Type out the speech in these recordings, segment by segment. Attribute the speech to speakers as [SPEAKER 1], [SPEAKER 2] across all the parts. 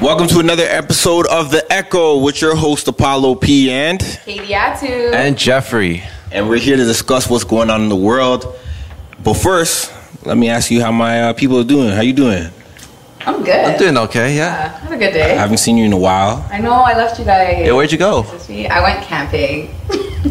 [SPEAKER 1] Welcome to another episode of The Echo with your host Apollo P and
[SPEAKER 2] Katie Atu.
[SPEAKER 3] And Jeffrey.
[SPEAKER 1] and we're here to discuss what's going on in the world. But first, let me ask you how my uh, people are doing. How you doing?
[SPEAKER 2] I'm good.
[SPEAKER 3] I'm doing okay,
[SPEAKER 2] Uh,
[SPEAKER 3] yeah.
[SPEAKER 2] have a good
[SPEAKER 1] I
[SPEAKER 2] day.
[SPEAKER 1] haven't seen you in a while.
[SPEAKER 2] I know I left you guys.
[SPEAKER 3] Hey, where'd you go?
[SPEAKER 2] this week. I went camping.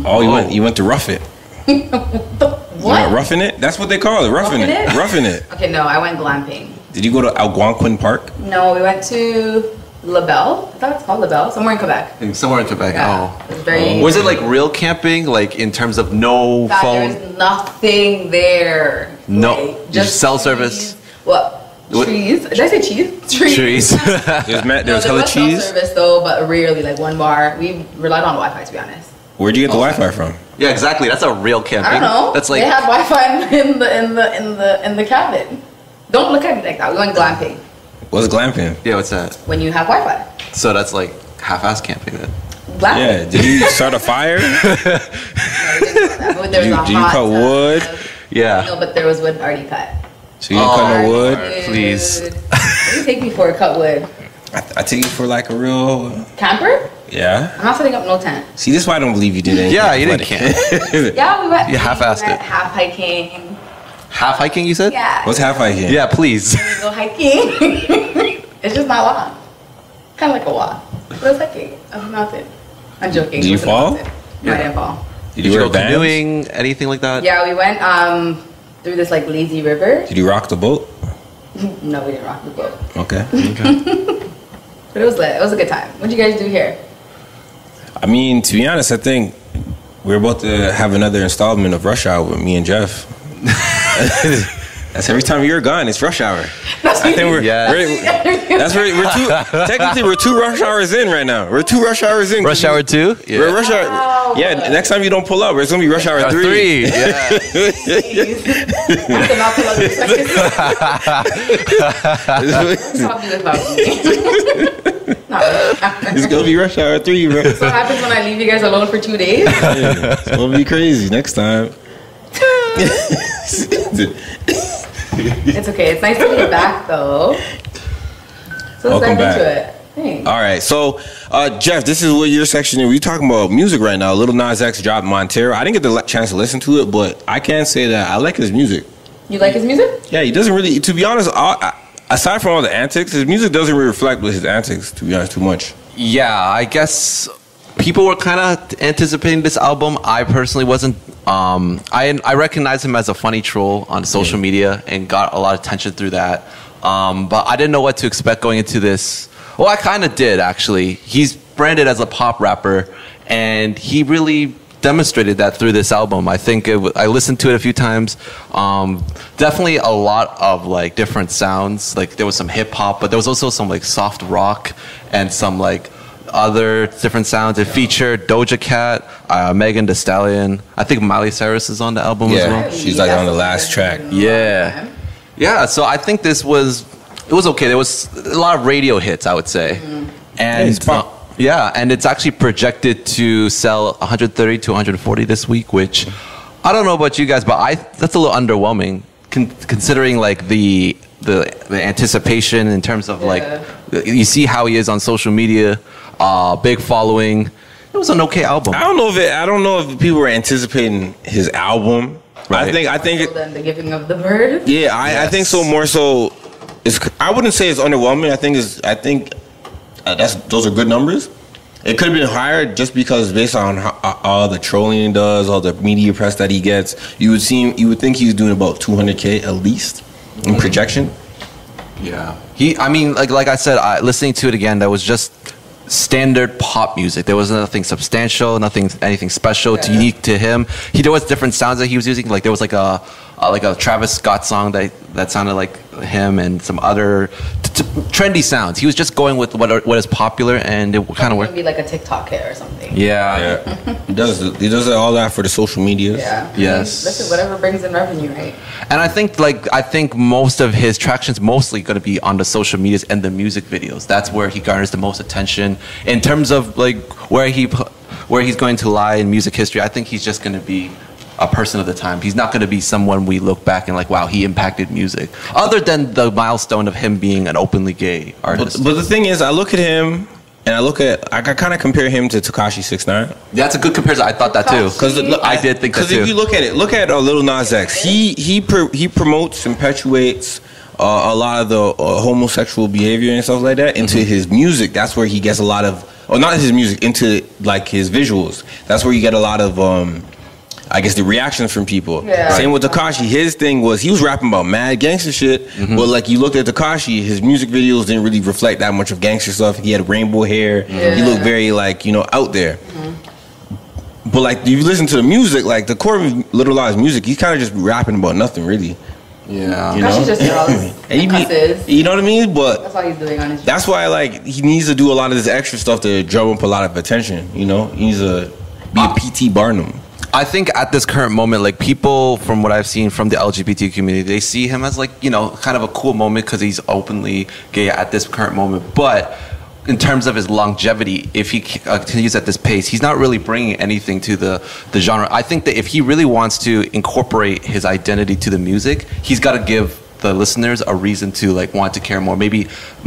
[SPEAKER 1] Oh, you went you went to rough it. You
[SPEAKER 2] What?
[SPEAKER 1] went roughing it? That's what they call it. Roughing,
[SPEAKER 2] Roughing
[SPEAKER 1] it.
[SPEAKER 2] it?
[SPEAKER 1] Roughing it.
[SPEAKER 2] Okay, no, I went glamping.
[SPEAKER 1] Did you go to Algonquin Park?
[SPEAKER 2] No, we went to La Belle. I thought it's called La Belle, somewhere in Quebec.
[SPEAKER 3] Somewhere in Quebec.
[SPEAKER 2] Yeah, it's very.
[SPEAKER 3] Oh. Was it like real camping, like in terms of no
[SPEAKER 2] that
[SPEAKER 3] phone?
[SPEAKER 2] There was nothing there.
[SPEAKER 3] No,
[SPEAKER 2] Like,
[SPEAKER 3] just cell service.
[SPEAKER 2] trees. What?
[SPEAKER 3] What-
[SPEAKER 2] Trees? Did I say cheese? Trees.
[SPEAKER 3] Trees.
[SPEAKER 1] There's Matt,
[SPEAKER 2] No,
[SPEAKER 1] there's
[SPEAKER 2] there
[SPEAKER 1] hella
[SPEAKER 2] was cell
[SPEAKER 1] cheese.
[SPEAKER 2] service though, but rarely like one bar. We relied on Wi-Fi to be honest.
[SPEAKER 1] Where'd you get the Wi-Fi from?
[SPEAKER 3] yeah, exactly. That's a real
[SPEAKER 2] I
[SPEAKER 3] camping.
[SPEAKER 2] don't know.
[SPEAKER 3] That's like
[SPEAKER 2] they had Wi-Fi in in the in the in the in the cabin. Don't look at me like that. We went glamping
[SPEAKER 1] What's glamping?
[SPEAKER 3] yeah, what's that?
[SPEAKER 2] when you have Wi-Fi.
[SPEAKER 3] So that's like half-ass camping then.
[SPEAKER 1] Yeah.
[SPEAKER 2] Glamping.
[SPEAKER 1] Did you start a fire?
[SPEAKER 2] No, we didn't do that, but there was
[SPEAKER 1] You-
[SPEAKER 2] a
[SPEAKER 1] do you
[SPEAKER 2] hot
[SPEAKER 1] cut
[SPEAKER 2] tub.
[SPEAKER 1] wood?
[SPEAKER 3] Yeah.
[SPEAKER 2] No, but there was wood already cut.
[SPEAKER 1] So you didn't
[SPEAKER 3] Oh.
[SPEAKER 1] cut no wood.
[SPEAKER 2] Dude.
[SPEAKER 3] please.
[SPEAKER 2] What do you take me for? Cut wood.
[SPEAKER 1] I, I take you for like a real.
[SPEAKER 2] Camper?
[SPEAKER 1] Yeah.
[SPEAKER 2] I'm not setting up no tent.
[SPEAKER 1] See, this is why I don't believe you did anything.
[SPEAKER 3] Yeah, you didn't
[SPEAKER 1] athletic.
[SPEAKER 2] Yeah, we went.
[SPEAKER 3] You half-assed
[SPEAKER 2] we went
[SPEAKER 3] it.
[SPEAKER 2] Half hiking.
[SPEAKER 3] Half hiking, you said?
[SPEAKER 2] Yeah.
[SPEAKER 1] What's half hiking?
[SPEAKER 3] Yeah, please.
[SPEAKER 2] We go hiking. it's just not long. Kind of like a walk. But it's hiking. Up a mountain. I'm joking.
[SPEAKER 1] Did you
[SPEAKER 2] It wasn't a
[SPEAKER 1] fall?
[SPEAKER 2] mountain. No, I didn't fall.
[SPEAKER 1] Did you, wear
[SPEAKER 3] go
[SPEAKER 1] bands?
[SPEAKER 3] canoeing? Anything like that?
[SPEAKER 2] Yeah, we went um through this like lazy river.
[SPEAKER 1] Did you rock the boat?
[SPEAKER 2] No, we didn't rock the boat,
[SPEAKER 1] Okay.
[SPEAKER 3] Okay.
[SPEAKER 2] but it was lit. It was a good time. What'd you guys do here?
[SPEAKER 1] I mean, to be honest, I think we're about to have another installment of Rush Hour with me and Jeff. That's every time you're gone, it's Rush Hour.
[SPEAKER 2] That's
[SPEAKER 1] I think we're,
[SPEAKER 3] Yes.
[SPEAKER 1] we're- that's where we're two. Technically, we're two rush hours in right now. We're two rush hours in.
[SPEAKER 3] Rush hour two?
[SPEAKER 1] We're rush hour.
[SPEAKER 2] Wow.
[SPEAKER 1] Yeah. Next time you don't pull up, it's gonna be rush hour
[SPEAKER 3] Or
[SPEAKER 1] three.
[SPEAKER 3] three. Yeah.
[SPEAKER 2] That's a mouthful of perspective. Talking about me. Not really.
[SPEAKER 1] It's gonna be rush hour three, bro.
[SPEAKER 2] So what happens when I leave you guys alone for two days?
[SPEAKER 1] it's gonna be crazy next time.
[SPEAKER 2] It's okay. It's nice to be back though. So let's
[SPEAKER 1] Welcome
[SPEAKER 2] dive
[SPEAKER 1] back.
[SPEAKER 2] into it. Thanks.
[SPEAKER 1] All right, so uh, Jeff, this is what your section is. We're talking about music right now. Little Nas X dropped Montero. I didn't get the le- chance to listen to it, but I can say that I like his music.
[SPEAKER 2] You like his music?
[SPEAKER 1] Yeah, he doesn't really. To be honest, all, I- aside from all the antics, his music doesn't really reflect with his antics. To be honest, too much.
[SPEAKER 3] Yeah, I guess people were kind of anticipating this album. I personally wasn't. Um, I I recognized him as a funny troll on social media and got a lot of attention through that. Um, but I didn't know what to expect going into this. Well, I kind of did actually. He's branded as a pop rapper, and he really demonstrated that through this album. I think it, w- I listened to it a few times. Um, definitely a lot of like different sounds. Like there was some hip hop, but there was also some like soft rock and some like other different sounds. It featured Doja Cat, uh, Megan Thee Stallion. I think Miley Cyrus is on the album as
[SPEAKER 1] Yeah.
[SPEAKER 3] well.
[SPEAKER 1] Oh, She's, like, on the last track.
[SPEAKER 3] Yeah. Yeah, so I think this was it was okay. There was a lot of radio hits, I would say. And
[SPEAKER 1] it's pop.
[SPEAKER 3] uh, yeah, and it's actually projected to sell 130 to 140 this week, which I don't know about you guys, but I that's a little underwhelming con- considering like the the, the anticipation in terms of
[SPEAKER 2] Yeah.
[SPEAKER 3] like you see how he is on social media, uh, big following. It was an okay album.
[SPEAKER 1] I don't know if it, I don't know if people were anticipating his album. I
[SPEAKER 3] Right.
[SPEAKER 1] think I think it,
[SPEAKER 2] Well, then the giving of the bird.
[SPEAKER 1] Yeah, I, I think
[SPEAKER 3] Yes.
[SPEAKER 1] so. More so, it's I wouldn't say it's underwhelming. I think it's I think uh, that's those are good numbers. It could have been higher just because based on how, uh, all the trolling he does, all the media press that he gets, you would seem you would think he's doing about 200k at least in projection.
[SPEAKER 3] Yeah. He I mean like like I said I, listening to it again that was just standard pop music. There was nothing substantial, nothing anything special to,
[SPEAKER 2] Yeah.
[SPEAKER 3] unique to him. He there was different sounds that he was using like there was like a, a like a Travis Scott song that that sounded like him and some other t- t- trendy sounds. He was just going with what are, what is popular and it kind of
[SPEAKER 2] It's gonna
[SPEAKER 3] worked.
[SPEAKER 2] be like a TikTok hit or something.
[SPEAKER 3] Yeah.
[SPEAKER 1] he does he does all that for the social medias.
[SPEAKER 2] Yeah. I mean,
[SPEAKER 3] Yes.
[SPEAKER 2] Listen, whatever brings in revenue, right?
[SPEAKER 3] And I think like I think most of his traction's mostly going to be on the social medias and the music videos. That's where he garners the most attention in terms of like where he pu- where he's going to lie in music history. I think he's just going to be a person of the time. He's not going to be someone we look back and like, wow, he impacted music. Other than the milestone of him being an openly gay
[SPEAKER 1] But,
[SPEAKER 3] artist.
[SPEAKER 1] but the thing is, I look at him and I look at I, kind of compare him to Takashi Six Nine.
[SPEAKER 3] That's a good comparison. I thought that too.
[SPEAKER 1] Because
[SPEAKER 3] I did think that
[SPEAKER 1] Because
[SPEAKER 3] too.
[SPEAKER 1] if you look at it, look at uh, Little Nas X. He he pro, he promotes and perpetuates uh, a lot of the uh, homosexual behavior and stuff like that into
[SPEAKER 3] Mm-hmm.
[SPEAKER 1] his music. That's where he gets a lot of, or not his music, into like his visuals. That's where you get a lot of. um I guess the reactions from people.
[SPEAKER 2] Yeah. Right.
[SPEAKER 1] Same with Takashi. His thing was he was rapping about mad gangster shit, but like you looked at Takashi, his music videos didn't really reflect that much of gangster stuff. He had rainbow hair. He
[SPEAKER 2] Yeah.
[SPEAKER 1] looked very like you know out there. But like you listen to the music, like the core of Little Nas music, he's kind of just rapping about nothing really.
[SPEAKER 3] yeah.
[SPEAKER 1] You
[SPEAKER 2] Gosh,
[SPEAKER 1] know?
[SPEAKER 2] he just yells
[SPEAKER 1] And he
[SPEAKER 2] and cusses.
[SPEAKER 1] be, you know what I mean? But
[SPEAKER 2] That's all he's doing on his.
[SPEAKER 1] that's why like he needs to do a lot of this extra stuff to drum up a lot of attention. You know, he needs to be a PT Barnum.
[SPEAKER 3] I think at this current moment, like people from what I've seen from the LGBT community, they see him as like you know kind of a cool moment because he's openly gay at this current moment. But in terms of his longevity, if he c- uh, continues at this pace, he's not really bringing anything to the the genre. I think that if he really wants to incorporate his identity to the music, he's got to give the listeners a reason to like want to care more maybe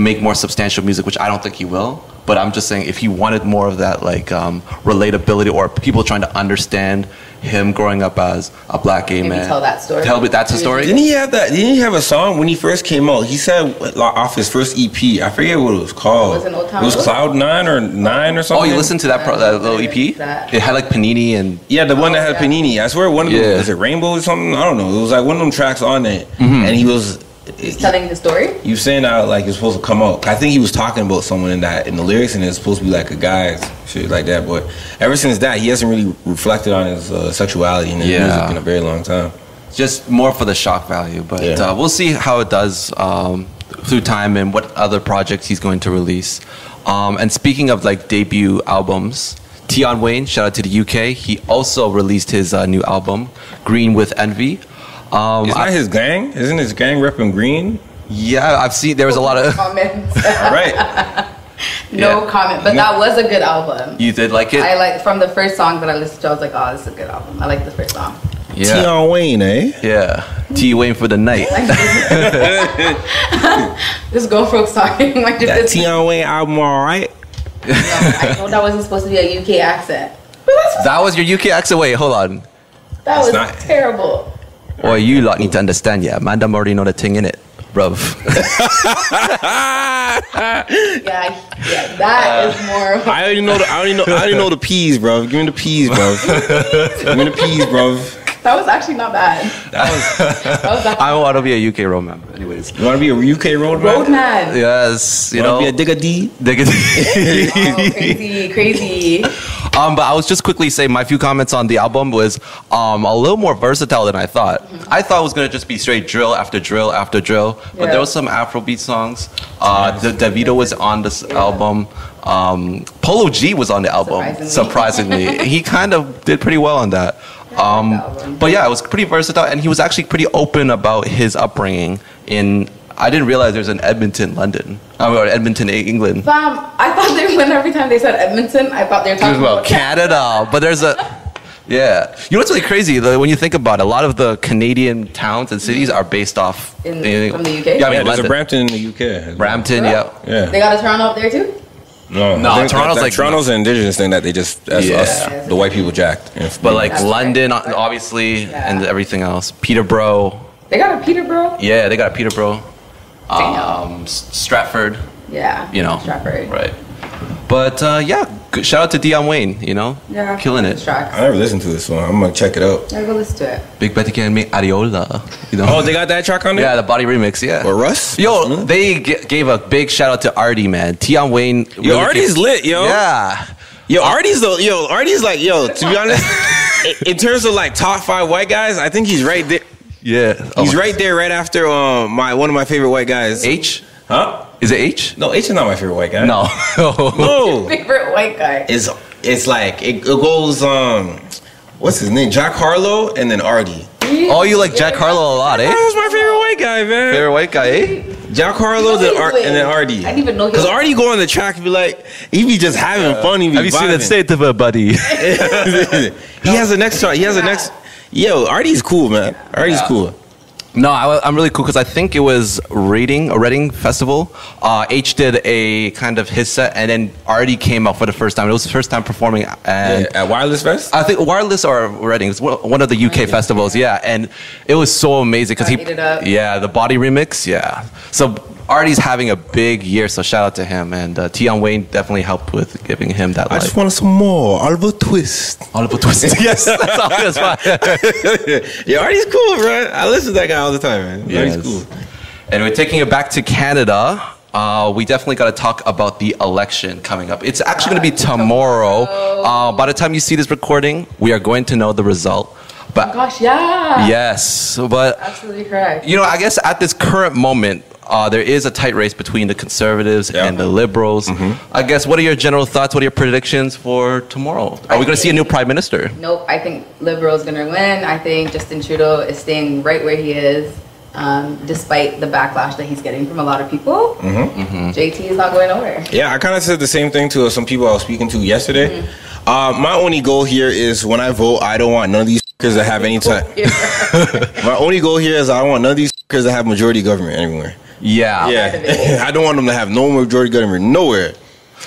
[SPEAKER 3] make more substantial music which i don't think he will but i'm just saying if he wanted more of that like um, relatability or people trying to understand him growing up as a black gay
[SPEAKER 2] Maybe
[SPEAKER 3] man
[SPEAKER 2] tell that story.
[SPEAKER 3] tell me that's the
[SPEAKER 1] Didn't
[SPEAKER 3] story
[SPEAKER 1] he have that? Didn't he have a song when he first came out? He said like, off his first EP. I forget what it was called.
[SPEAKER 2] Was it Old Town
[SPEAKER 1] was
[SPEAKER 2] Road?
[SPEAKER 1] Cloud Nine or Nine or something.
[SPEAKER 3] oh you listened to that, pro- that little ep
[SPEAKER 2] That-
[SPEAKER 3] it had like panini and
[SPEAKER 1] Yeah, the one that had
[SPEAKER 2] Oh, yeah.
[SPEAKER 1] Panini. I swear, one of
[SPEAKER 3] Yeah.
[SPEAKER 1] them was it Rainbow or something. I don't know. It was like one of them tracks on it,
[SPEAKER 3] Mm-hmm.
[SPEAKER 1] and he was.
[SPEAKER 2] He's telling his story.
[SPEAKER 1] You was saying that like it's supposed to come out? I think he was talking about someone in that in the lyrics, and it's supposed to be like a guy's shit like that. But ever since that, he hasn't really reflected on his uh, sexuality in his
[SPEAKER 3] Yeah.
[SPEAKER 1] music in a very long time.
[SPEAKER 3] just more for the shock value but
[SPEAKER 1] Yeah.
[SPEAKER 3] uh, we'll see how it does um, through time and what other projects he's going to release um, and speaking of like debut albums Tion Wayne shout out to the UK he also released his uh, new album Green with Envy um,
[SPEAKER 1] It's
[SPEAKER 3] I-
[SPEAKER 1] not his gang, isn't his gang repping green?
[SPEAKER 3] yeah I've seen there was a lot of
[SPEAKER 2] comments.
[SPEAKER 1] All right,
[SPEAKER 2] no
[SPEAKER 3] Yeah.
[SPEAKER 2] comment, but that was a good album.
[SPEAKER 3] you did like it
[SPEAKER 2] I like from the first song that I listened to. I was like, oh, this is a good album. I like the first song.
[SPEAKER 3] yeah
[SPEAKER 1] Tion Wayne, eh?
[SPEAKER 3] yeah T Wayne for the night
[SPEAKER 2] This girlfriend song. like
[SPEAKER 1] That
[SPEAKER 2] this.
[SPEAKER 1] Tion Wayne album, all right.
[SPEAKER 2] No, I know that wasn't supposed to be a UK accent. But that's,
[SPEAKER 3] that was your UK accent wait hold on
[SPEAKER 2] that was
[SPEAKER 1] not-
[SPEAKER 2] terrible.
[SPEAKER 3] or you lot need to understand yeah Mandam already know the thing in it bruv
[SPEAKER 2] Yeah, I- yeah, that is more. Of
[SPEAKER 1] I already know. The, I already know. I already know the peas, bro. Give me the peas, bro. Give me the peas, bro.
[SPEAKER 2] that was actually not bad. That was. That
[SPEAKER 3] I want to be a UK romance anyways
[SPEAKER 1] You want to be a UK road man?
[SPEAKER 2] Roadman.
[SPEAKER 3] Yes, you
[SPEAKER 1] You want
[SPEAKER 3] know.
[SPEAKER 1] to be a digger D?
[SPEAKER 3] Dig it.
[SPEAKER 2] Oh, crazy, crazy.
[SPEAKER 3] um, but I was just quickly saying my few comments on the album was um, a little more versatile than I thought. I thought it was gonna just be straight drill after drill after drill, but
[SPEAKER 2] Yeah.
[SPEAKER 3] there was some Afrobeat songs. Uh, the Davido was on this album. Um, Polo G was on the album.
[SPEAKER 2] Surprisingly.
[SPEAKER 3] Surprisingly, he kind of did pretty well on that.
[SPEAKER 2] the
[SPEAKER 3] Um,
[SPEAKER 2] album.
[SPEAKER 3] but yeah, it was pretty versatile, and he was actually pretty open about his upbringing in. I didn't realize there's an Edmonton, London, I mean, or Edmonton, E- England.
[SPEAKER 2] Fam, Um, I thought they when every time they said Edmonton, I thought they were talking
[SPEAKER 3] well,
[SPEAKER 2] about
[SPEAKER 3] Canada. But there's a yeah. You know what's really crazy though, when you think about it, a lot of the Canadian towns and cities are based off
[SPEAKER 2] In- from the UK?
[SPEAKER 3] Yeah, I mean,
[SPEAKER 1] Yeah, there's a
[SPEAKER 3] London.
[SPEAKER 1] Brampton in the UK.
[SPEAKER 3] Brampton. Yeah.
[SPEAKER 1] Yeah.
[SPEAKER 2] They got a Toronto up there too.
[SPEAKER 1] No, I
[SPEAKER 3] No,
[SPEAKER 1] think
[SPEAKER 3] Toronto's
[SPEAKER 1] that-
[SPEAKER 3] like-
[SPEAKER 1] Toronto's an indigenous thing that they just that's
[SPEAKER 3] Yeah.
[SPEAKER 1] us, the white people jacked.
[SPEAKER 3] But like
[SPEAKER 2] That's right.
[SPEAKER 3] London, o- obviously,
[SPEAKER 2] Yeah.
[SPEAKER 3] and everything else. Peterborough.
[SPEAKER 2] They got a Peterborough.
[SPEAKER 3] Yeah, they got Peterborough.
[SPEAKER 2] Damn.
[SPEAKER 3] Um, S- Stratford.
[SPEAKER 2] Yeah.
[SPEAKER 3] You know.
[SPEAKER 2] Stratford.
[SPEAKER 3] Right. But uh, yeah, good- shout out to Dion Wayne. You know,
[SPEAKER 2] Yeah.
[SPEAKER 3] killing
[SPEAKER 2] This
[SPEAKER 3] it.
[SPEAKER 1] I
[SPEAKER 2] track.
[SPEAKER 1] never listened to this one. I'm gonna check it out.
[SPEAKER 2] I go listen to it.
[SPEAKER 3] Big Betty can make Ariola. You know.
[SPEAKER 1] Oh, they got that track on there.
[SPEAKER 3] yeah, the body remix. Yeah.
[SPEAKER 1] Or Russ?
[SPEAKER 3] Yo, they g- gave a big shout out to Artie, man. Tion Wayne.
[SPEAKER 1] Yo, Artie's lit, yo.
[SPEAKER 3] Yeah.
[SPEAKER 1] Yo, Artie's though. Yo, Artie's like yo. To be honest, i- in terms of like top five white guys, I think he's right there.
[SPEAKER 3] Yeah.
[SPEAKER 1] He's right there, right after um my one of my favorite white guys.
[SPEAKER 3] H?
[SPEAKER 1] Huh?
[SPEAKER 3] Is it H?
[SPEAKER 1] No, H is not my favorite white guy.
[SPEAKER 3] No.
[SPEAKER 1] No.
[SPEAKER 2] Favorite white guy.
[SPEAKER 1] it's it's like it, it goes um what's his name? Jack Harlow and then Artie.
[SPEAKER 3] oh, you like Jack Harlow a lot, eh?
[SPEAKER 1] That was my favorite white guy, man.
[SPEAKER 3] Favorite white guy, eh?
[SPEAKER 1] Jack Harlow
[SPEAKER 2] You know
[SPEAKER 1] then
[SPEAKER 2] he
[SPEAKER 1] Ar-
[SPEAKER 2] was-
[SPEAKER 1] and then Artie.
[SPEAKER 2] I didn't even know he
[SPEAKER 1] Cause
[SPEAKER 2] was-
[SPEAKER 1] Artie go on the track and be like, he be just having fun. He be
[SPEAKER 3] Have you seen
[SPEAKER 1] vibing.
[SPEAKER 3] that state of a buddy?
[SPEAKER 1] he has the next track. He has the
[SPEAKER 2] Yeah.
[SPEAKER 1] next. Yo, Artie's cool, man. Artie's
[SPEAKER 3] Yeah.
[SPEAKER 1] cool.
[SPEAKER 3] No, I, am really cool because I think it was Reading, a Reading festival. Uh, H did a kind of his set, and then Artie came out for the first time. It was his first time performing, and
[SPEAKER 1] Yeah, at Wireless Fest?
[SPEAKER 3] I think Wireless or Reading. It's one one of the UK festivals. Yeah, and it was so amazing because he,
[SPEAKER 2] Got heated up.
[SPEAKER 3] yeah, the body remix. Yeah, so Artie's having a big year. So shout out to him and uh, Tion Wayne definitely helped with giving him that.
[SPEAKER 1] I
[SPEAKER 3] life.
[SPEAKER 1] just want some more. Oliver Twist.
[SPEAKER 3] Oliver Twist. yes, that's all. That's fine.
[SPEAKER 1] yeah, Artie's cool, bro. I listen to that guy all the time, man.
[SPEAKER 3] Yes.
[SPEAKER 1] Artie's cool.
[SPEAKER 3] Anyway, taking it back to Canada, uh, we definitely got to talk about the election coming up. It's actually going to be tomorrow. Uh, by the time you see this recording, we are going to know the result. But
[SPEAKER 2] Gosh, yeah.
[SPEAKER 3] yes, but
[SPEAKER 2] Absolutely correct.
[SPEAKER 3] you know, I guess at this current moment, uh, there is a tight race between the conservatives
[SPEAKER 1] Yeah. Mm-hmm.
[SPEAKER 3] and the liberals. I guess, what are your general thoughts? What are your predictions for tomorrow? Are we going to see a new prime minister?
[SPEAKER 2] Nope, I think Liberal's gonna win. I think Justin Trudeau is staying right where he is, um, despite the backlash that he's getting from a lot of people.
[SPEAKER 3] Mm-hmm.
[SPEAKER 2] JT is not going nowhere.
[SPEAKER 1] Yeah, I kind of said the same thing to uh, some people I was speaking to yesterday. Uh, my only goal here is when I vote, I don't want none of these fuckers that have any time. My only goal here is I don't want none of these fuckers that have majority government anywhere.
[SPEAKER 3] Yeah.
[SPEAKER 1] Yeah, I don't want them to have no majority government nowhere.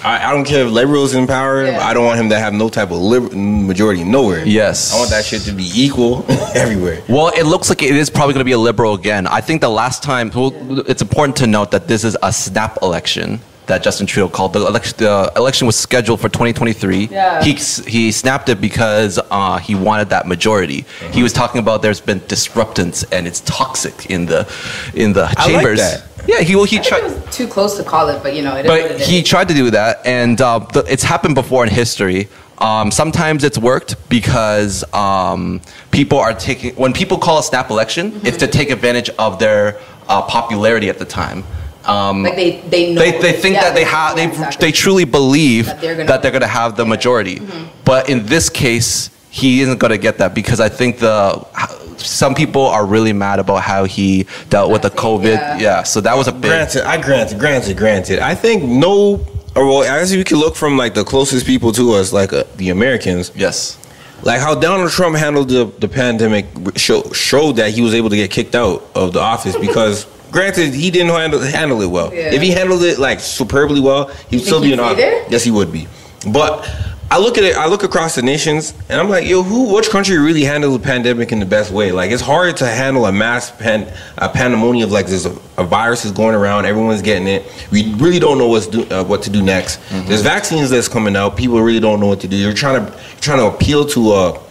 [SPEAKER 1] I, I don't care if liberals in power.
[SPEAKER 2] Yeah.
[SPEAKER 1] I don't want him to have no type of liber- majority nowhere.
[SPEAKER 3] Yes.
[SPEAKER 1] I want that shit to be equal everywhere.
[SPEAKER 3] Well, it looks like it is probably going to be a liberal again. I think the last time, well, it's important to note that this is a snap election that Justin Trudeau called. The election, the election was scheduled for 2023.
[SPEAKER 2] Yeah.
[SPEAKER 3] He, s- he snapped it because uh, he wanted that majority.
[SPEAKER 1] Mm-hmm.
[SPEAKER 3] He was talking about there's been disruptance and it's toxic in the in
[SPEAKER 1] I
[SPEAKER 3] the
[SPEAKER 1] like
[SPEAKER 3] chambers.
[SPEAKER 1] that.
[SPEAKER 3] Yeah, he well he
[SPEAKER 2] I think
[SPEAKER 3] tried.
[SPEAKER 2] it was too close to call it, but you know it is what
[SPEAKER 3] But
[SPEAKER 2] it is.
[SPEAKER 3] he tried to do that, and uh, th- it's happened before in history. Um, sometimes it's worked because um, people are taking when people call a snap election,
[SPEAKER 2] Mm-hmm.
[SPEAKER 3] it's to take advantage of their uh, popularity at the time. Um,
[SPEAKER 2] like they they know
[SPEAKER 3] they, they think
[SPEAKER 2] Yeah,
[SPEAKER 3] that they
[SPEAKER 2] know
[SPEAKER 3] have they,
[SPEAKER 2] exactly.
[SPEAKER 3] they truly believe that
[SPEAKER 2] they're
[SPEAKER 3] they're
[SPEAKER 2] gonna- Mm-hmm.
[SPEAKER 3] gonna, have the majority but in this case he isn't going to get that because i think the some people are really mad about how he dealt with the covid
[SPEAKER 2] Yeah.
[SPEAKER 3] yeah, so that was a big
[SPEAKER 1] Granted, I granted, granted, granted. I think no, or well, I guess we can look from like the closest people to us, like uh, the Americans,
[SPEAKER 3] yes
[SPEAKER 1] like how Donald Trump handled the, the pandemic show, showed that he was able to get kicked out of the office because. Granted, he didn't handle, handle it well.
[SPEAKER 2] Yeah.
[SPEAKER 1] If he handled it like superbly well, he would still be
[SPEAKER 2] he'd
[SPEAKER 1] an
[SPEAKER 2] be there?
[SPEAKER 1] office. Yes, he would be. But I look at it, I look across the nations, and I'm like, yo, who, which country really handled the pandemic in the best way? Like, it's hard to handle a mass pan, a pandemonium of like there's a, a virus is going around, everyone's getting it. We really don't know what's do, uh, what to do next.
[SPEAKER 2] Mm-hmm.
[SPEAKER 1] There's vaccines that's coming out, people really don't know what to do. You're trying to trying to appeal to uh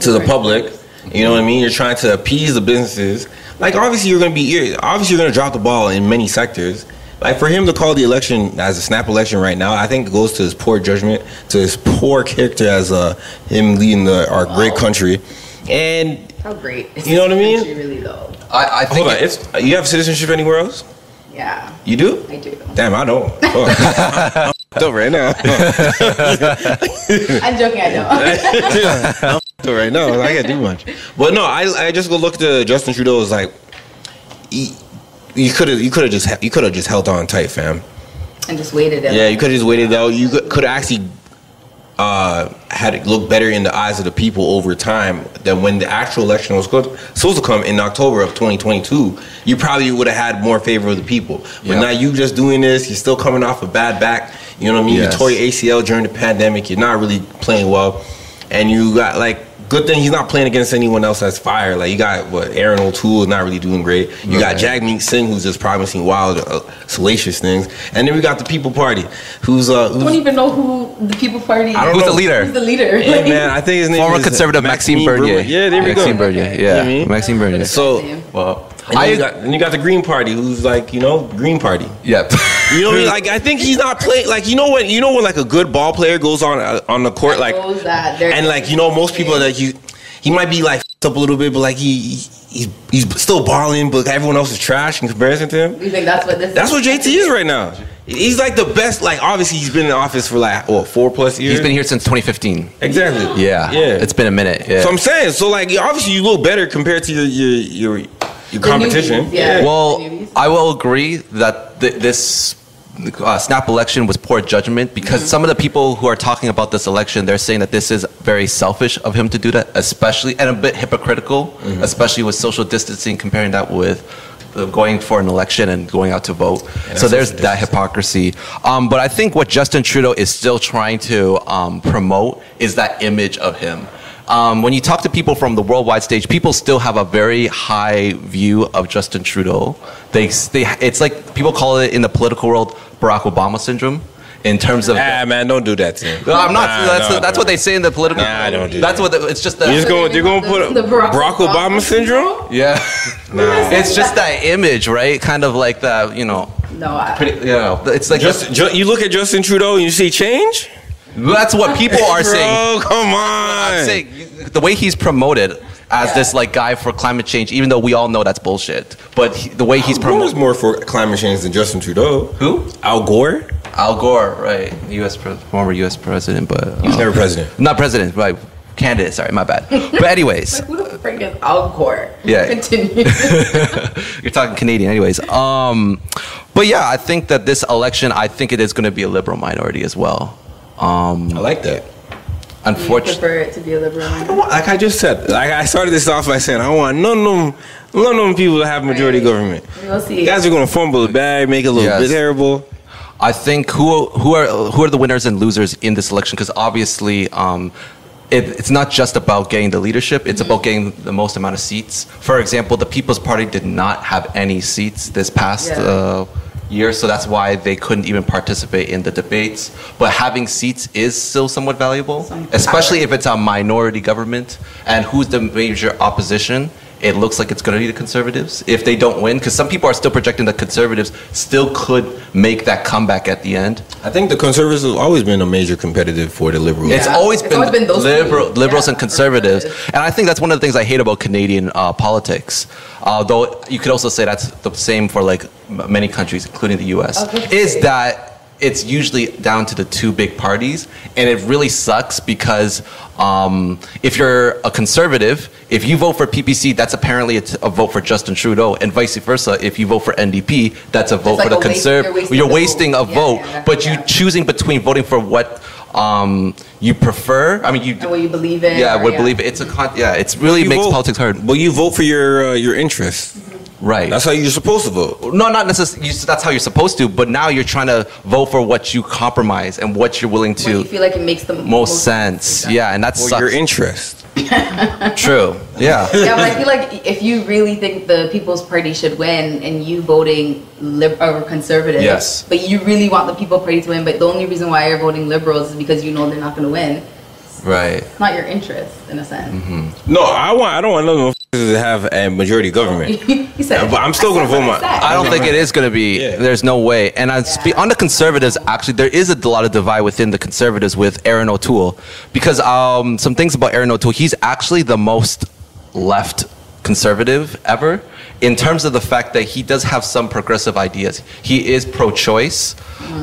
[SPEAKER 1] to the
[SPEAKER 2] Right.
[SPEAKER 1] public. You know what I mean? You're trying to appease the businesses. Like obviously you're gonna be you're- obviously you're gonna drop the ball in many sectors. Like for him to call the election as a snap election right now, I think it goes to his poor judgment, to his poor character as uh, him leading the, our great country. And
[SPEAKER 2] how great is
[SPEAKER 1] You know what I
[SPEAKER 2] this
[SPEAKER 1] mean?
[SPEAKER 2] country really though
[SPEAKER 3] i, I think
[SPEAKER 1] hold on, it's you have citizenship anywhere else?
[SPEAKER 2] yeah
[SPEAKER 1] You do?
[SPEAKER 2] I do
[SPEAKER 1] Damn, I don't. Fuck. I'm up right now.
[SPEAKER 2] I'm joking I don't
[SPEAKER 1] So right now. I can't do much. But no, I I just go look to Justin Trudeau is like, he- you could have you could have just he- you could have just held on tight, fam.
[SPEAKER 2] and just waited it
[SPEAKER 1] Yeah,
[SPEAKER 2] out.
[SPEAKER 1] you could have just waited out. You could have actually uh, had it look better in the eyes of the people over time than when the actual election was go- supposed to come in October of 2022. You probably would have had more favor of the people. But
[SPEAKER 3] Yeah.
[SPEAKER 1] now you just doing this. You're still coming off a bad back. You know what I mean?
[SPEAKER 3] Yes.
[SPEAKER 1] You tore your ACL during the pandemic. You're not really playing well, and you got like. Good thing he's not playing against anyone else that's fire. Like you got what Aaron O'Toole is not really doing great. You got
[SPEAKER 3] Right.
[SPEAKER 1] Jagmeet Singh who's just promising wild, uh, salacious things, and then we got the People Party who's uh
[SPEAKER 2] I don't
[SPEAKER 1] who's,
[SPEAKER 2] even know who the People Party
[SPEAKER 1] I don't
[SPEAKER 3] who's
[SPEAKER 1] know.
[SPEAKER 3] the leader
[SPEAKER 2] who's the leader
[SPEAKER 1] Hey, man. I think his name
[SPEAKER 3] former
[SPEAKER 1] is uh,
[SPEAKER 3] conservative Maxime, Bernier.
[SPEAKER 1] Bernier. Yeah, there we
[SPEAKER 3] Maxime
[SPEAKER 1] go.
[SPEAKER 3] Bernier.
[SPEAKER 1] know
[SPEAKER 3] Yeah,
[SPEAKER 1] what I mean?
[SPEAKER 3] Maxime Bernier.
[SPEAKER 1] So,
[SPEAKER 3] well,
[SPEAKER 1] and then, you
[SPEAKER 3] I
[SPEAKER 1] got, then you got the Green Party, who's like you know Green Party.
[SPEAKER 3] yeah.
[SPEAKER 1] You know what I mean? Like I think he's not playing. Like you know when you know when like a good ball player goes on uh, on the court like
[SPEAKER 2] Knows that they're-
[SPEAKER 1] and like you know most people that you he might be like f***ed up a little bit, but like he, he he's he's still balling, but everyone else is trash in comparison to him.
[SPEAKER 2] you think that's what this
[SPEAKER 1] That's what JT is right now. He's like the best. Like obviously he's been in office for like what four plus years.
[SPEAKER 3] he's been here since 2015.
[SPEAKER 1] exactly.
[SPEAKER 3] Yeah,
[SPEAKER 1] yeah.
[SPEAKER 3] It's been a minute. Yeah.
[SPEAKER 1] So I'm saying, so like obviously you look better compared to your your your, your competition.
[SPEAKER 2] newbies, yeah.
[SPEAKER 3] well,
[SPEAKER 2] Newbies.
[SPEAKER 3] I will agree that th- this uh, snap election was poor judgment because
[SPEAKER 1] Mm-hmm.
[SPEAKER 3] some of the people who are talking about this election they're saying that this is very selfish of him to do that especially and a bit hypocritical
[SPEAKER 1] Mm-hmm.
[SPEAKER 3] especially with social distancing comparing that with the going for an election and going out to vote so
[SPEAKER 1] that's
[SPEAKER 3] there's
[SPEAKER 1] social
[SPEAKER 3] that hypocrisy um, but i think what justin trudeau is still trying to um, promote is that image of him um, when you talk to people from the worldwide stage, people still have a very high view of Justin Trudeau. They, they, it's like people call it in the political world Barack Obama syndrome, in terms of.
[SPEAKER 1] Ah, man, don't do that to him.
[SPEAKER 3] No, I'm not.
[SPEAKER 1] Nah,
[SPEAKER 3] that's
[SPEAKER 1] nah,
[SPEAKER 3] that's
[SPEAKER 1] bro.
[SPEAKER 3] what they say in the political.
[SPEAKER 1] Nah, I don't do
[SPEAKER 3] That's
[SPEAKER 1] that.
[SPEAKER 3] what the, it's just. The,
[SPEAKER 1] You're just going. You're going to put
[SPEAKER 2] The Barack
[SPEAKER 1] Barack, Obama,
[SPEAKER 2] Obama
[SPEAKER 1] syndrome.
[SPEAKER 3] yeah. It's just that image, right? Kind of like that, you know.
[SPEAKER 2] No, I,
[SPEAKER 3] Pretty, you know, it's like
[SPEAKER 1] Just, ju- you look at Justin Trudeau and you see change.
[SPEAKER 3] that's what people are
[SPEAKER 1] Bro,
[SPEAKER 3] saying.
[SPEAKER 1] come on.
[SPEAKER 3] I'm saying you- the way he's promoted as this like guy for climate change, even though we all know that's bullshit. But he, the way he's
[SPEAKER 1] Who was
[SPEAKER 3] promoted,
[SPEAKER 1] more for climate change than Justin Trudeau?
[SPEAKER 3] who?
[SPEAKER 1] Al Gore.
[SPEAKER 3] Al Gore, right? U.S. Pre- former U.S. president, but uh,
[SPEAKER 1] He was never president.
[SPEAKER 3] not president, right? Candidate, sorry, my bad. But anyways,
[SPEAKER 2] who the frick is Alcor?
[SPEAKER 3] Yeah.
[SPEAKER 2] Continue.
[SPEAKER 3] You're talking Canadian, anyways. Um, but yeah, I think that this election, I think it is going to be a liberal minority as well. um,
[SPEAKER 1] I like that.
[SPEAKER 2] You
[SPEAKER 3] Unfortunately,
[SPEAKER 2] prefer it to be a liberal. minority?
[SPEAKER 1] Like I just said, like I started this off by saying I want none of them, none of them people to have majority
[SPEAKER 2] Right.
[SPEAKER 1] government.
[SPEAKER 2] We'll see.
[SPEAKER 1] You guys are gonna fumble the bag, make it a little
[SPEAKER 3] Yes.
[SPEAKER 1] bit terrible.
[SPEAKER 3] I think who who are who are the winners and losers in this election? Because obviously. Um, it, it's not just about getting the leadership; it's about getting the most amount of seats. For example, the People's Party did not have any seats this past
[SPEAKER 2] Yeah.
[SPEAKER 3] uh, year, so that's why they couldn't even participate in the debates. But having seats is still somewhat valuable,
[SPEAKER 2] Some power.
[SPEAKER 3] especially if it's a minority government and who's the major opposition it looks like it's going to be the conservatives if they don't win because some people are still projecting the conservatives still could make that comeback at the end
[SPEAKER 1] I think the conservatives have always been a major competitive for the liberals.
[SPEAKER 3] it's
[SPEAKER 2] Yeah.
[SPEAKER 3] always
[SPEAKER 2] It's
[SPEAKER 3] been,
[SPEAKER 2] always been those
[SPEAKER 3] liberal,
[SPEAKER 2] two.
[SPEAKER 3] liberals
[SPEAKER 2] Yeah.
[SPEAKER 3] and conservatives and i think that's one of the things i hate about canadian uh, politics although you could also say that's the same for like m- many countries including the us
[SPEAKER 2] Okay.
[SPEAKER 3] is that it's usually down to the two big parties, and it really sucks because um, if you're a conservative, if you vote for PPC, that's apparently a, t- a vote for Justin Trudeau, and vice versa. If you vote for NDP, that's a vote
[SPEAKER 2] like
[SPEAKER 3] for the
[SPEAKER 2] a waste-
[SPEAKER 3] conservative.
[SPEAKER 2] you're wasting
[SPEAKER 3] you're
[SPEAKER 2] the
[SPEAKER 3] wasting a
[SPEAKER 2] vote. Yeah,
[SPEAKER 3] vote,
[SPEAKER 2] yeah,
[SPEAKER 3] but you
[SPEAKER 2] yeah.
[SPEAKER 3] choosing between voting for what um, you prefer. I mean, you
[SPEAKER 2] And what you believe in.
[SPEAKER 3] yeah,
[SPEAKER 2] or,
[SPEAKER 3] would believe it. It's a con- yeah. It's really
[SPEAKER 1] You
[SPEAKER 3] makes
[SPEAKER 1] vote-
[SPEAKER 3] politics hard.
[SPEAKER 1] But you vote for your uh, your interests.
[SPEAKER 3] Right.
[SPEAKER 1] That's how you're supposed to vote.
[SPEAKER 3] no, not necessarily. That's how you're supposed to. But now you're trying to vote for what you compromise and what you're willing
[SPEAKER 2] When you
[SPEAKER 3] to
[SPEAKER 2] feel like it makes the most,
[SPEAKER 3] most sense. Yeah, and that's
[SPEAKER 1] Or your interest.
[SPEAKER 3] true. Yeah.
[SPEAKER 2] yeah, but I feel like if you really think the People's Party should win and you voting lib- or conservative,
[SPEAKER 3] Yes.
[SPEAKER 2] but you really want the People's Party to win, but the only reason why you're voting liberals is because you know they're not going to win.
[SPEAKER 3] right.
[SPEAKER 2] It's not your interest, in a sense.
[SPEAKER 1] No, I want. I don't want none of them to have a majority government.
[SPEAKER 2] he said,
[SPEAKER 1] Yeah, but I'm still
[SPEAKER 2] I
[SPEAKER 1] gonna
[SPEAKER 2] said
[SPEAKER 1] vote
[SPEAKER 2] what
[SPEAKER 1] my-
[SPEAKER 3] I don't think it is going to be.
[SPEAKER 1] Yeah.
[SPEAKER 3] There's no way. And I spe-
[SPEAKER 2] Yeah.
[SPEAKER 3] on the conservatives, actually, there is a lot of divide within the conservatives with Aaron O'Toole because um, some things about Aaron O'Toole, he's actually the most left conservative ever in terms of the fact that he does have some progressive ideas. He is pro-choice,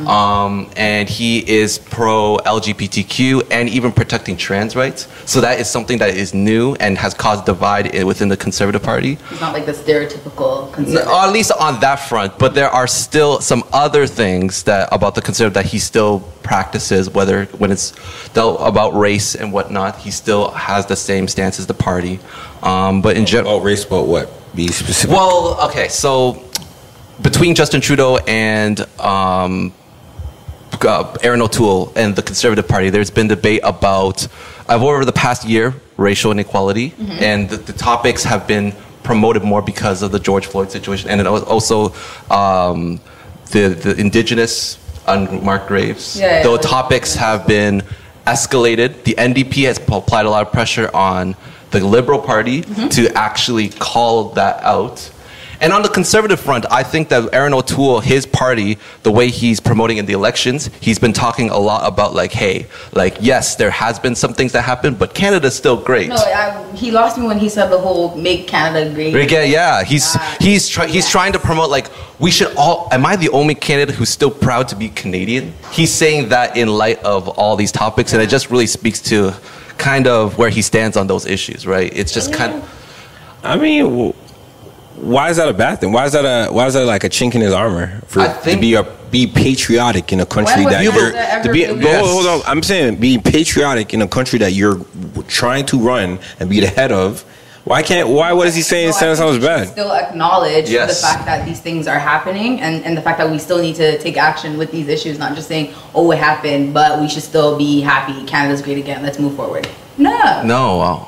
[SPEAKER 3] um, and he is pro-LGBTQ, and even protecting trans rights. So that is something that is new and has caused divide i- within the conservative party.
[SPEAKER 2] It's not like the stereotypical
[SPEAKER 3] No,
[SPEAKER 2] conservative.
[SPEAKER 3] or at least on that front, but there are still some other things that about the conservative that he still practices, whether when it's dealt about race and whatnot, he still has the same stance as the party. Um, but in general,
[SPEAKER 1] About race, about what? Be specific.
[SPEAKER 3] well, okay, so between Justin Trudeau and um, uh, Aaron O'Toole and the Conservative Party, there's been debate about, uh, over the past year, racial inequality,
[SPEAKER 2] Mm-hmm.
[SPEAKER 3] and the, the topics have been promoted more because of the George Floyd situation, and it al- also um, the, the indigenous unmarked graves.
[SPEAKER 2] Yeah, yeah,
[SPEAKER 3] the
[SPEAKER 2] like-
[SPEAKER 3] topics have been escalated. The NDP has p- applied a lot of pressure on the Liberal Party to actually call that out. And on the conservative front, I think that Aaron O'Toole, his party, the way he's promoting in the elections, he's been talking a lot about like, hey, like yes, there has been some things that happened, but Canada's still great.
[SPEAKER 2] No, I, he lost me when he said the whole "Make Canada Great."
[SPEAKER 3] Again, yeah, he's
[SPEAKER 2] Yeah.
[SPEAKER 3] he's try, he's
[SPEAKER 2] Yeah.
[SPEAKER 3] trying to promote like we should all. Am I the only candidate who's still proud to be Canadian? He's saying that in light of all these topics, and it just really speaks to kind of where he stands on those issues, right? It's just kind of
[SPEAKER 1] I mean, w- why is that a bad thing? Why is that a why is that like a chink in his armor for
[SPEAKER 3] I think-
[SPEAKER 1] to be a be patriotic in a country
[SPEAKER 2] When was
[SPEAKER 1] that
[SPEAKER 2] Mazda
[SPEAKER 1] you're.
[SPEAKER 2] ever
[SPEAKER 1] To be,
[SPEAKER 2] been-
[SPEAKER 1] but hold- hold on,
[SPEAKER 3] Yes.
[SPEAKER 1] I'm saying being patriotic in a country that you're trying to run and be the head of. Why can't? Why? What is he saying? It
[SPEAKER 2] No, I
[SPEAKER 1] sounds sounds
[SPEAKER 2] think we should
[SPEAKER 1] bad.
[SPEAKER 2] Still acknowledge
[SPEAKER 3] Yes.
[SPEAKER 2] the fact that these things are happening and, and the fact that we still need to take action with these issues, not just saying, oh, it happened, but we should still be happy. Canada's great again. Let's move forward. No.
[SPEAKER 3] No, uh,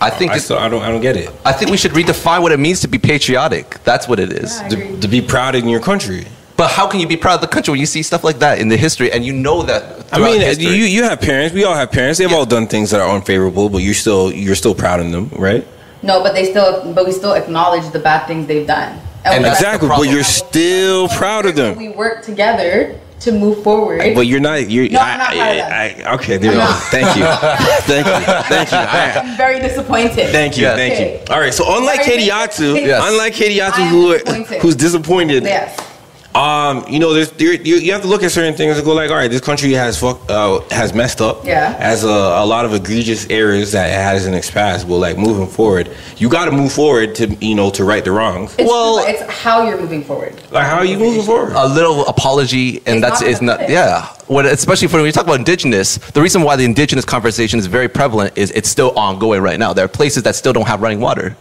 [SPEAKER 3] I think
[SPEAKER 1] I
[SPEAKER 3] it-
[SPEAKER 1] still, I don't, I don't get it.
[SPEAKER 3] I think we should redefine what it means to be patriotic. That's what it is.
[SPEAKER 2] Yeah.
[SPEAKER 1] To,
[SPEAKER 2] Agreed.
[SPEAKER 1] to be proud in your country.
[SPEAKER 3] But how can you be proud of the country when you see stuff like that in the history and you know that?
[SPEAKER 1] I
[SPEAKER 3] throughout
[SPEAKER 1] mean, uh,
[SPEAKER 3] history?
[SPEAKER 1] you you have parents. We all have parents. They've all done things that are unfavorable, but you're still you're still proud in them, right?
[SPEAKER 2] No, but they still, but we still acknowledge the bad things they've done.
[SPEAKER 3] And
[SPEAKER 2] we-
[SPEAKER 3] That's the
[SPEAKER 1] exactly, but
[SPEAKER 3] problem.
[SPEAKER 1] you're still proud of them.
[SPEAKER 2] We work together to move forward.
[SPEAKER 1] But you're not. You're.
[SPEAKER 2] No,
[SPEAKER 1] I,
[SPEAKER 2] I'm not proud of
[SPEAKER 1] I, I, okay, there
[SPEAKER 2] I'm
[SPEAKER 1] you go.
[SPEAKER 2] not.
[SPEAKER 1] Thank you. thank you. Thank you. I-
[SPEAKER 2] I'm very disappointed.
[SPEAKER 1] Thank you,
[SPEAKER 3] Yes.
[SPEAKER 1] thank
[SPEAKER 2] Okay.
[SPEAKER 1] you. All right, so unlike
[SPEAKER 2] Sorry,
[SPEAKER 1] Katie
[SPEAKER 2] thank
[SPEAKER 1] Yatsu,
[SPEAKER 2] you.
[SPEAKER 3] Yes.
[SPEAKER 1] unlike Katie
[SPEAKER 2] I
[SPEAKER 1] Yatsu,
[SPEAKER 2] am
[SPEAKER 1] who,
[SPEAKER 2] disappointed.
[SPEAKER 1] who's disappointed,
[SPEAKER 2] Yes.
[SPEAKER 1] um, you know, there's there, you, you have to look at certain things and go like, all right, this country has fuck, uh, has messed up,
[SPEAKER 2] Yeah.
[SPEAKER 1] has a, a lot of egregious errors that it has in its past. But like moving forward, you got to move forward to you know to right the wrongs.
[SPEAKER 2] It's
[SPEAKER 3] Well-
[SPEAKER 2] well, it's how you're moving forward.
[SPEAKER 1] Like how are you moving forward?
[SPEAKER 3] a little apology and
[SPEAKER 2] It's
[SPEAKER 3] that's
[SPEAKER 2] not
[SPEAKER 3] it's not
[SPEAKER 2] enough.
[SPEAKER 3] yeah when, especially for when you talk about indigenous the reason why the indigenous conversation is very prevalent is it's still ongoing right now there are places that still don't have running water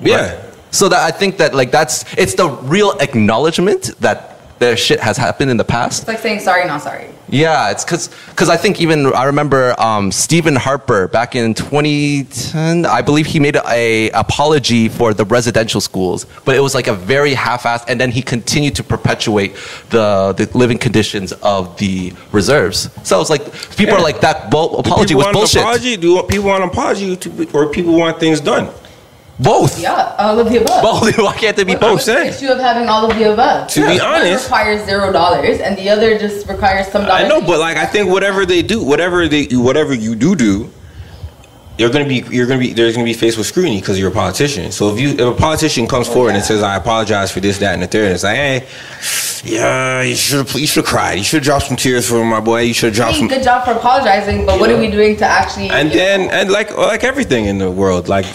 [SPEAKER 1] yeah.
[SPEAKER 3] so that i think that like that's it's the real acknowledgement that their shit has happened in the past
[SPEAKER 2] It's like saying sorry, not sorry.
[SPEAKER 3] yeah it's because i think even i remember um, stephen harper back in 2010 i believe he made a apology for the residential schools but it was like a very half-assed and then he continued to perpetuate the, the living conditions of the reserves so it's like people are
[SPEAKER 1] Yeah.
[SPEAKER 3] like that bu-
[SPEAKER 1] Do
[SPEAKER 3] apology
[SPEAKER 1] people
[SPEAKER 3] was
[SPEAKER 1] want an
[SPEAKER 3] bullshit
[SPEAKER 1] Apology? Do you want- people want an apology, to, or people want things done?
[SPEAKER 3] both
[SPEAKER 2] Yeah, all of the above.
[SPEAKER 3] both why can't they be
[SPEAKER 2] What-
[SPEAKER 1] both
[SPEAKER 2] what's the
[SPEAKER 1] sides.
[SPEAKER 2] issue of having all of the above?
[SPEAKER 1] To be
[SPEAKER 2] one
[SPEAKER 1] honest-
[SPEAKER 2] requires zero dollars, and the other just requires some dollars.
[SPEAKER 1] I know, but like I think whatever they do, whatever they whatever you do do, you're gonna be you're gonna be there's gonna be faced with scrutiny because you're a politician. So if you if a politician comes forward and says I apologize for this, that, and the third, and it's like, hey, yeah, you should you should cry, you should drop some tears for my boy, you should drop
[SPEAKER 2] Hey,
[SPEAKER 1] some.
[SPEAKER 2] good job for apologizing, but what are we doing to actually?
[SPEAKER 1] And
[SPEAKER 2] you know,
[SPEAKER 1] then and like like everything in the world, like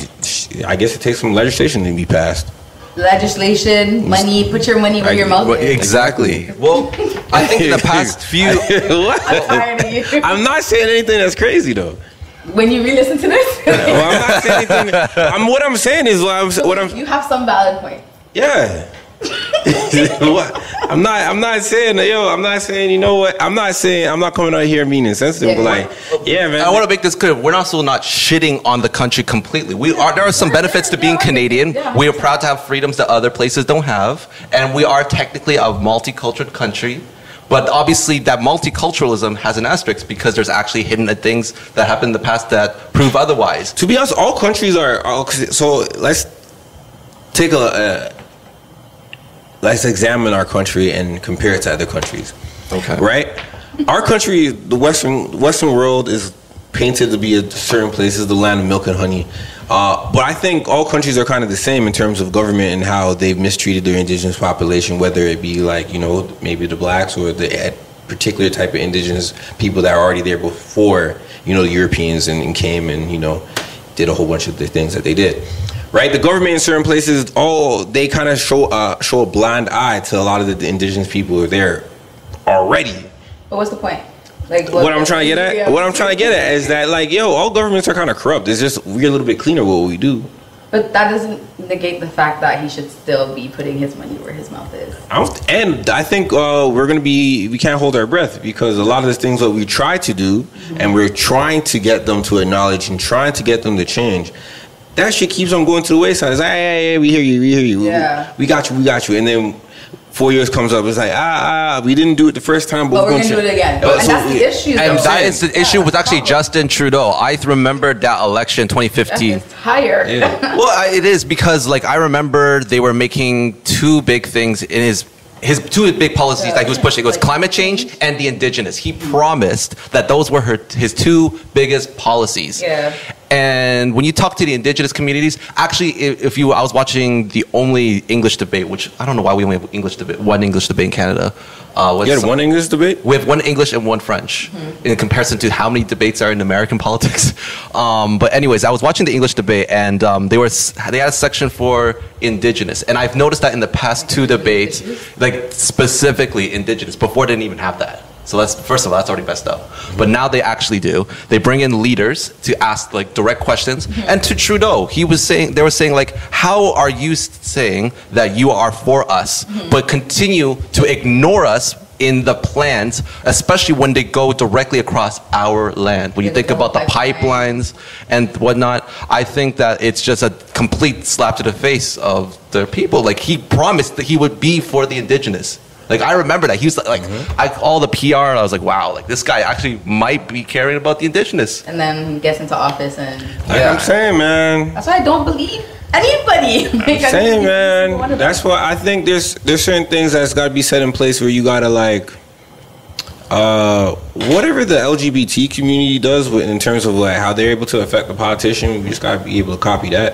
[SPEAKER 1] I guess it takes some legislation to be passed.
[SPEAKER 2] legislation, money, put your money where your mouth
[SPEAKER 1] Well,
[SPEAKER 2] is.
[SPEAKER 3] exactly well i think in the past few
[SPEAKER 2] I'm tired of you.
[SPEAKER 1] I'm not saying anything that's crazy though.
[SPEAKER 2] when you re-listen to this,
[SPEAKER 1] Well, I'm not saying anything. I'm what I'm saying is what I'm what I'm
[SPEAKER 2] you have some valid point.
[SPEAKER 1] Yeah. what? I'm not. I'm not saying that, yo. I'm not saying you know what. I'm not saying I'm not coming out here being insensitive,
[SPEAKER 2] Yeah,
[SPEAKER 1] but
[SPEAKER 2] you
[SPEAKER 1] like, yeah, man.
[SPEAKER 3] I want to make this clear. We're also not shitting on the country completely. We are. There are some benefits to being Canadian. We are proud to have freedoms that other places don't have, and we are technically a multicultural country. But obviously, that multiculturalism has an asterisk because there's actually hidden things that happened in the past that prove otherwise.
[SPEAKER 1] to be honest, all countries are. All, so let's take a. Uh, let's examine our country and compare it to other countries.
[SPEAKER 3] Okay.
[SPEAKER 1] Right. Our country, the Western Western world, is painted to be a certain place is the land of milk and honey. Uh, but I think all countries are kind of the same in terms of government and how they've mistreated their indigenous population, whether it be like you know maybe the blacks or the eh, particular type of indigenous people that are already there before you know the Europeans and, and came and you know did a whole bunch of the things that they did. Right, the government in certain places, all they kind of show uh, show a blind eye to a lot of the, the indigenous people who are there already
[SPEAKER 2] But what's the point? Like
[SPEAKER 1] what I'm trying to get at, what I'm trying to get at is that like, yo, all governments are kind of corrupt. It's just we're a little bit cleaner what we do.
[SPEAKER 2] But that doesn't negate the fact that he should still be putting his money where his mouth is.
[SPEAKER 1] I don't, and I think uh, we're gonna be we can't hold our breath because a lot of the things that we try to do and we're trying to get them to acknowledge and trying to get them to change. That shit keeps on going to the wayside. It's like, hey, hey, hey, we hear you, we hear you, We-
[SPEAKER 2] Yeah.
[SPEAKER 1] we, got you, we got you, and then. Four years comes up, it's like ah, ah we didn't do it the first time, but,
[SPEAKER 2] But we're
[SPEAKER 1] gonna
[SPEAKER 2] gonna do
[SPEAKER 1] try-
[SPEAKER 2] it again.
[SPEAKER 1] Uh,
[SPEAKER 2] And
[SPEAKER 1] so-
[SPEAKER 2] that's the issue.
[SPEAKER 3] And
[SPEAKER 2] though.
[SPEAKER 3] that is the
[SPEAKER 2] Yeah,
[SPEAKER 3] issue with actually
[SPEAKER 2] problem.
[SPEAKER 3] Justin Trudeau. I remember that election
[SPEAKER 2] That
[SPEAKER 3] 2015.
[SPEAKER 2] is higher.
[SPEAKER 1] Yeah.
[SPEAKER 3] well, I, it is because like I remember they were making two big things in his his two big policies that he was pushing. It was climate change and the indigenous. He promised that those were her, his two biggest policies.
[SPEAKER 2] Yeah.
[SPEAKER 3] And when you talk to the indigenous communities, actually, i- if you, I was watching the only English debate, which I don't know why we only have English debate, one English debate in Canada. Uh, what's
[SPEAKER 1] You had
[SPEAKER 3] some-
[SPEAKER 1] one English debate.
[SPEAKER 3] we have one English and one French in comparison to how many debates are in American politics. Um, but anyways, I was watching the English debate, and um, they were s- they had a section for Indigenous, and I've noticed that in the past two debates, like specifically Indigenous, before they didn't even have that. So that's first of all, that's already messed up. But now they actually do. They bring in leaders to ask like direct questions. And to Trudeau, he was saying they were saying like, how are you s- saying that you are for us, but continue to ignore us in the plans, especially when they go directly across our land. When you
[SPEAKER 2] Yeah, the
[SPEAKER 3] think about the
[SPEAKER 2] pipeline.
[SPEAKER 3] pipelines and whatnot, I think that it's just a complete slap to the face of the people. Like he promised that he would be for the indigenous. Like I remember that he was like,
[SPEAKER 1] Mm-hmm.
[SPEAKER 3] I, all the PR. I was like, wow, like this guy actually might be caring about the indigenous.
[SPEAKER 2] and then he gets into office and
[SPEAKER 1] Like
[SPEAKER 3] Yeah.
[SPEAKER 1] I'm saying, man.
[SPEAKER 2] that's why I don't believe anybody.
[SPEAKER 1] I'm
[SPEAKER 2] Like, I
[SPEAKER 1] saying,
[SPEAKER 2] don't believe one
[SPEAKER 1] man.
[SPEAKER 2] of
[SPEAKER 1] That's
[SPEAKER 2] them.
[SPEAKER 1] why I think there's there's certain things that's got to be set in place where you gotta like, uh, whatever the LGBT community does with, in terms of like how they're able to affect the politician, we just gotta be able to copy that.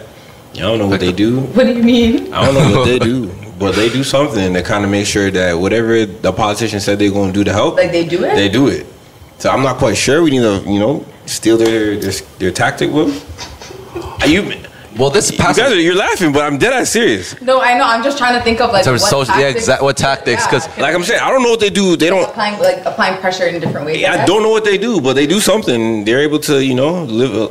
[SPEAKER 1] I don't know what they do.
[SPEAKER 2] What do you mean?
[SPEAKER 1] I don't know what they do, but they do something to kind of make sure that whatever the politician said they're going to do to help,
[SPEAKER 2] Like they do it?
[SPEAKER 1] they do it. So I'm not quite sure. We need to, you know, steal their their, their tactic. With are you, you
[SPEAKER 3] Well, this
[SPEAKER 1] guys
[SPEAKER 3] past
[SPEAKER 1] are you're laughing, but I'm dead ass serious.
[SPEAKER 2] No, I know. I'm just trying to think of like
[SPEAKER 3] So
[SPEAKER 2] what
[SPEAKER 3] social-
[SPEAKER 2] tactics,
[SPEAKER 3] yeah, exact- what tactics, 'cause,
[SPEAKER 2] I feel
[SPEAKER 1] Like I'm saying, I don't know what they do. They don't.
[SPEAKER 2] applying like applying pressure in different ways.
[SPEAKER 1] I don't know what they do, but they do something. They're able to, you know, live a,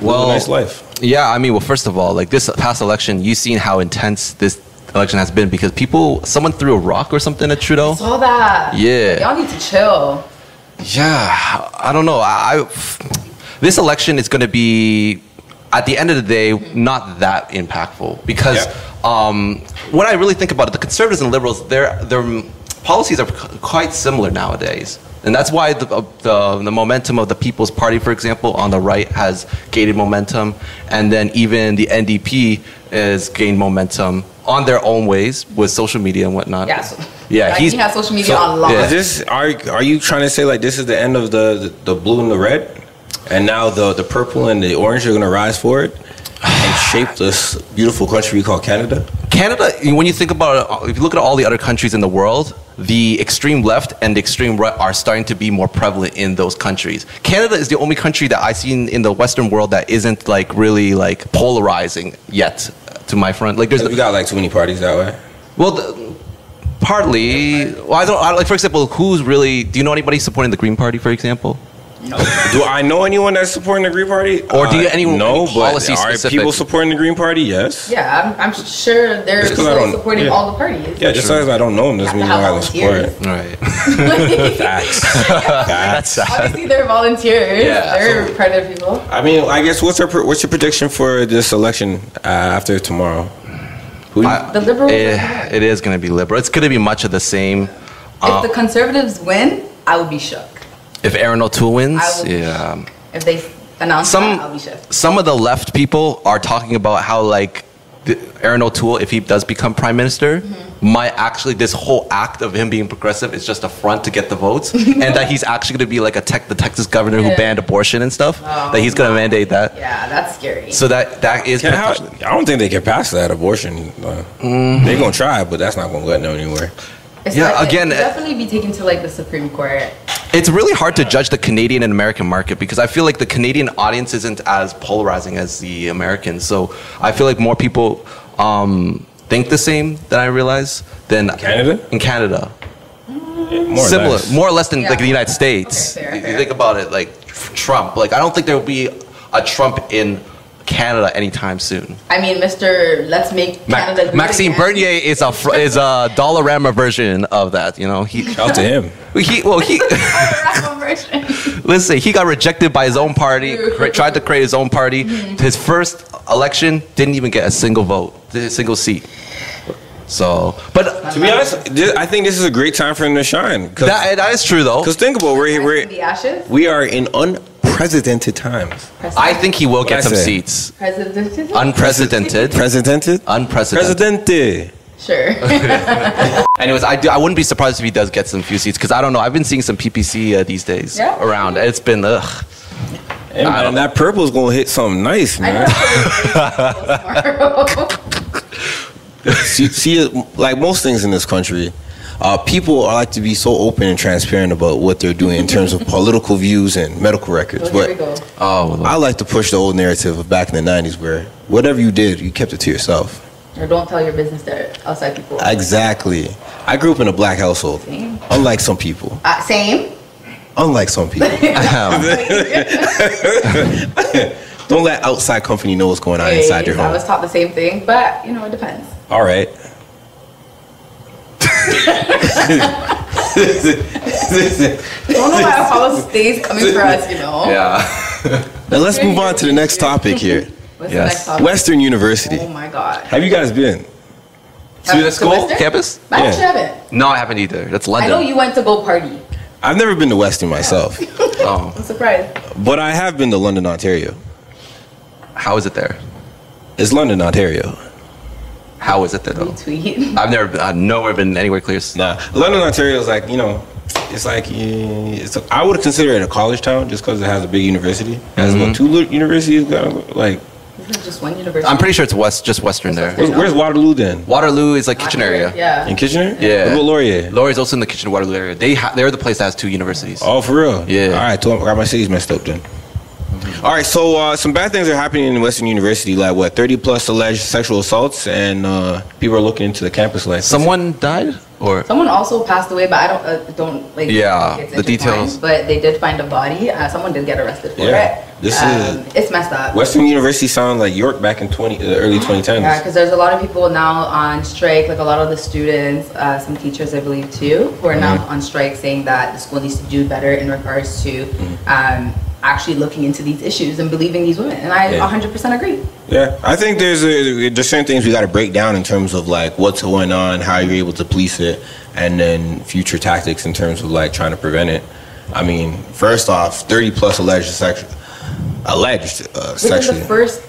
[SPEAKER 3] Well-
[SPEAKER 1] live a nice life.
[SPEAKER 3] Yeah, I mean, well, first of all, like this past election, you've seen how intense this election has been because people, someone threw a rock or something at Trudeau.
[SPEAKER 2] Saw that.
[SPEAKER 3] Yeah.
[SPEAKER 2] Y'all need to chill.
[SPEAKER 3] Yeah, I don't know. I, I- this election is going to be, at the end of the day, not that impactful because um, when I really think about it, the conservatives and liberals, their their policies are qu- quite similar nowadays, and that's why the, uh, the the momentum of the People's Party, for example, on the right has gained momentum, and then even the NDP has gained momentum on their own ways with social media and whatnot.
[SPEAKER 2] Yeah. so-
[SPEAKER 3] Yeah,
[SPEAKER 2] Like,
[SPEAKER 3] he's-
[SPEAKER 2] he has social media
[SPEAKER 1] So,
[SPEAKER 2] on lock.
[SPEAKER 3] Yeah.
[SPEAKER 1] Is this are are you trying to say like this is the end of the the, the blue and the red, and now the the purple and the orange are gonna rise for it and shape this beautiful country we call Canada?
[SPEAKER 3] Canada, when you think about it, if you look at all the other countries in the world, the extreme left and the extreme right are starting to be more prevalent in those countries. Canada is the only country that I've seen in the Western world that isn't like really like polarizing yet. To my front, like there's
[SPEAKER 1] We got like too many parties that way.
[SPEAKER 3] well, the, partly. Well, I don't I, like. For example, who's really? Do you know anybody supporting the Green Party, for example?
[SPEAKER 1] Do I know anyone that's supporting the Green Party?
[SPEAKER 3] Or do you- anyone-
[SPEAKER 1] No,
[SPEAKER 3] any
[SPEAKER 1] but
[SPEAKER 3] policy
[SPEAKER 1] are
[SPEAKER 3] specific?
[SPEAKER 1] people supporting the Green Party? Yes.
[SPEAKER 2] Yeah, I'm, I'm sure they're
[SPEAKER 1] Just 'cause I
[SPEAKER 2] still
[SPEAKER 1] don't-
[SPEAKER 2] supporting
[SPEAKER 1] yeah.
[SPEAKER 2] all the parties.
[SPEAKER 1] Yeah, just because I don't know them doesn't
[SPEAKER 2] You
[SPEAKER 1] mean
[SPEAKER 2] have to
[SPEAKER 1] I don't
[SPEAKER 2] have
[SPEAKER 1] support it.
[SPEAKER 2] volunteers.
[SPEAKER 3] Right.
[SPEAKER 1] Facts. Facts.
[SPEAKER 2] Obviously, they're volunteers.
[SPEAKER 3] Yeah,
[SPEAKER 2] they're
[SPEAKER 3] absolutely.
[SPEAKER 2] predator people.
[SPEAKER 1] I mean, I guess what's your pr- what's your prediction for this election uh, after tomorrow? Who do you-
[SPEAKER 2] The liberals.
[SPEAKER 3] eh, It- it is going to be liberal. It's going to be much of the same. Uh,
[SPEAKER 2] if the conservatives win, I will be shook.
[SPEAKER 3] If Aaron O'Toole wins,
[SPEAKER 2] I will-
[SPEAKER 3] yeah.
[SPEAKER 2] If they announce
[SPEAKER 3] some
[SPEAKER 2] that, I'll be shook.
[SPEAKER 3] some of the left people are talking about how like the, Aaron O'Toole, if he does become prime minister,
[SPEAKER 2] Mm-hmm.
[SPEAKER 3] might actually this whole act of him being progressive is just a front to get the votes, and that he's actually going to be like a tech, the Texas governor who
[SPEAKER 2] Yeah.
[SPEAKER 3] banned abortion and stuff.
[SPEAKER 2] Oh,
[SPEAKER 3] that he's going to mandate that.
[SPEAKER 2] Yeah, that's scary.
[SPEAKER 3] So that that is
[SPEAKER 1] Can- how-
[SPEAKER 3] potentially-
[SPEAKER 1] I don't think they can pass that abortion. uh, They're gonna try, but that's not gonna get them anywhere.
[SPEAKER 2] It's
[SPEAKER 3] yeah,
[SPEAKER 2] like-
[SPEAKER 3] again,
[SPEAKER 2] it'll
[SPEAKER 3] uh,
[SPEAKER 2] definitely be taken to like the Supreme Court.
[SPEAKER 3] it's really hard to judge the Canadian and American market because I feel like the Canadian audience isn't as polarizing as the American. So I feel like more people um, think the same than I realize than
[SPEAKER 1] Canada?
[SPEAKER 3] in Canada.
[SPEAKER 1] More or
[SPEAKER 3] similar,
[SPEAKER 1] less.
[SPEAKER 3] more or less than
[SPEAKER 2] Yeah.
[SPEAKER 3] like the United States.
[SPEAKER 2] Okay, fair,
[SPEAKER 3] if you
[SPEAKER 2] fair.
[SPEAKER 3] think about it, like tr- Trump. Like I don't think there will be a Trump in Canada anytime soon.
[SPEAKER 2] I mean, Mister, let's make
[SPEAKER 3] Ma-
[SPEAKER 2] Canada. great
[SPEAKER 3] Maxime
[SPEAKER 2] again.
[SPEAKER 3] Bernier is a fr- is a Dollarama version of that. You know, he
[SPEAKER 1] Shout out to him.
[SPEAKER 3] he well he
[SPEAKER 2] Rapper version.
[SPEAKER 3] listen. He got rejected by his own party. Cra- tried to create his own party.
[SPEAKER 2] Mm-hmm.
[SPEAKER 3] His first election didn't even get a single vote, a single seat. So, but
[SPEAKER 1] To be honest, this, I think this is a great time for him to shine. Because
[SPEAKER 3] that that is true though.
[SPEAKER 1] think about we're, here-
[SPEAKER 2] Rise from the
[SPEAKER 1] we're
[SPEAKER 2] ashes.
[SPEAKER 1] we are in unprecedented times.
[SPEAKER 3] I think he will get
[SPEAKER 1] I
[SPEAKER 3] some
[SPEAKER 1] say?
[SPEAKER 3] seats.
[SPEAKER 2] President.
[SPEAKER 3] Unprecedented.
[SPEAKER 1] Precedented. Presidente.
[SPEAKER 3] Unprecedented.
[SPEAKER 2] sure.
[SPEAKER 3] Anyways, I, do, I wouldn't be surprised if he does get some few seats because I don't know. I've been seeing some PPC uh, these days
[SPEAKER 2] Yeah.
[SPEAKER 3] around. It's been ugh.
[SPEAKER 1] Hey, man,
[SPEAKER 3] don't-
[SPEAKER 1] that purple's gonna hit something nice,
[SPEAKER 2] I
[SPEAKER 1] man.
[SPEAKER 2] know.
[SPEAKER 1] see, see, like most things in this country, uh, people are like to be so open and transparent about what they're doing in terms of political views and medical records.
[SPEAKER 2] So here we
[SPEAKER 1] But
[SPEAKER 2] go.
[SPEAKER 3] Oh,
[SPEAKER 1] I like to push the old narrative of back in the '90s, where whatever you did, you kept it to yourself.
[SPEAKER 2] Or don't tell your business to outside people.
[SPEAKER 1] Exactly. I grew up in a black household.
[SPEAKER 2] Same.
[SPEAKER 1] Unlike some people.
[SPEAKER 2] Uh, same.
[SPEAKER 1] Unlike some people. Don't let outside company know what's going on inside your
[SPEAKER 2] Hey, I was
[SPEAKER 1] home.
[SPEAKER 2] taught the same thing, but you know it depends.
[SPEAKER 1] All right.
[SPEAKER 2] I don't know why our follow stays coming for us. You know.
[SPEAKER 3] yeah.
[SPEAKER 1] Now let's move on to the next topic here.
[SPEAKER 2] What's
[SPEAKER 3] Yes.
[SPEAKER 2] the next topic?
[SPEAKER 1] Western University.
[SPEAKER 2] Oh my God.
[SPEAKER 1] Have you guys been?
[SPEAKER 3] To the
[SPEAKER 2] To
[SPEAKER 3] school
[SPEAKER 2] Western?
[SPEAKER 3] campus?
[SPEAKER 2] I actually
[SPEAKER 1] Yeah.
[SPEAKER 2] haven't.
[SPEAKER 3] No, I haven't either. That's
[SPEAKER 2] I
[SPEAKER 3] London.
[SPEAKER 2] know you went to go party.
[SPEAKER 1] I've never been to Western myself,
[SPEAKER 3] Oh,
[SPEAKER 2] I'm surprised.
[SPEAKER 1] but I have been to London, Ontario.
[SPEAKER 3] how is it there?
[SPEAKER 1] It's London, Ontario.
[SPEAKER 3] How is it there though?
[SPEAKER 2] Retweet.
[SPEAKER 3] I've never, been, I've nowhere been anywhere clear.
[SPEAKER 1] Nah, London, Ontario is like you know, it's like eh, it's. I would consider it a college town just because it has a big university. It has
[SPEAKER 3] Mm-hmm.
[SPEAKER 1] about two li- universities. got- Like,
[SPEAKER 2] Isn't it just one university?
[SPEAKER 3] I'm pretty sure it's west, just western there.
[SPEAKER 1] where's, where's Waterloo then?
[SPEAKER 3] Waterloo is like kitchen area.
[SPEAKER 1] In
[SPEAKER 2] Yeah.
[SPEAKER 1] Kitchener?
[SPEAKER 3] Yeah.
[SPEAKER 1] What about Laurier?
[SPEAKER 3] Laurie's also in the kitchen Waterloo area. They ha- they're the place that has two universities.
[SPEAKER 1] Oh, for real?
[SPEAKER 3] Yeah. Mm-hmm.
[SPEAKER 1] All right, so I got my cities messed up then. All right, so uh, some bad things are happening in Western University, like what, 30 plus alleged sexual assaults, and uh, people are looking into the campus life.
[SPEAKER 3] Someone died or
[SPEAKER 2] Someone also passed away, but I don't uh, don't like.
[SPEAKER 3] Yeah,
[SPEAKER 2] it's
[SPEAKER 3] the
[SPEAKER 2] intertwined,
[SPEAKER 3] details.
[SPEAKER 2] But they did find a body. Uh, someone did get arrested for
[SPEAKER 1] Yeah.
[SPEAKER 2] it.
[SPEAKER 1] This
[SPEAKER 2] um, it's messed up.
[SPEAKER 1] Western University sounds like York back in 20, the early 2010s.
[SPEAKER 2] Yeah, because there's a lot of people now on strike, like a lot of the students, uh, some teachers, I believe, too, who are now
[SPEAKER 3] Mm-hmm.
[SPEAKER 2] on strike saying that the school needs to do better in regards to
[SPEAKER 3] Mm-hmm.
[SPEAKER 2] um, actually looking into these issues and believing these women. And I
[SPEAKER 1] Yeah.
[SPEAKER 2] 100% agree.
[SPEAKER 1] Yeah, I think there's a, there's certain things we got to break down in terms of like what's going on, how you're able to police it, and then future tactics in terms of like trying to prevent it. I mean, first off, 30 plus alleged sexual alleged uh,
[SPEAKER 2] Within
[SPEAKER 1] sexually.
[SPEAKER 2] the first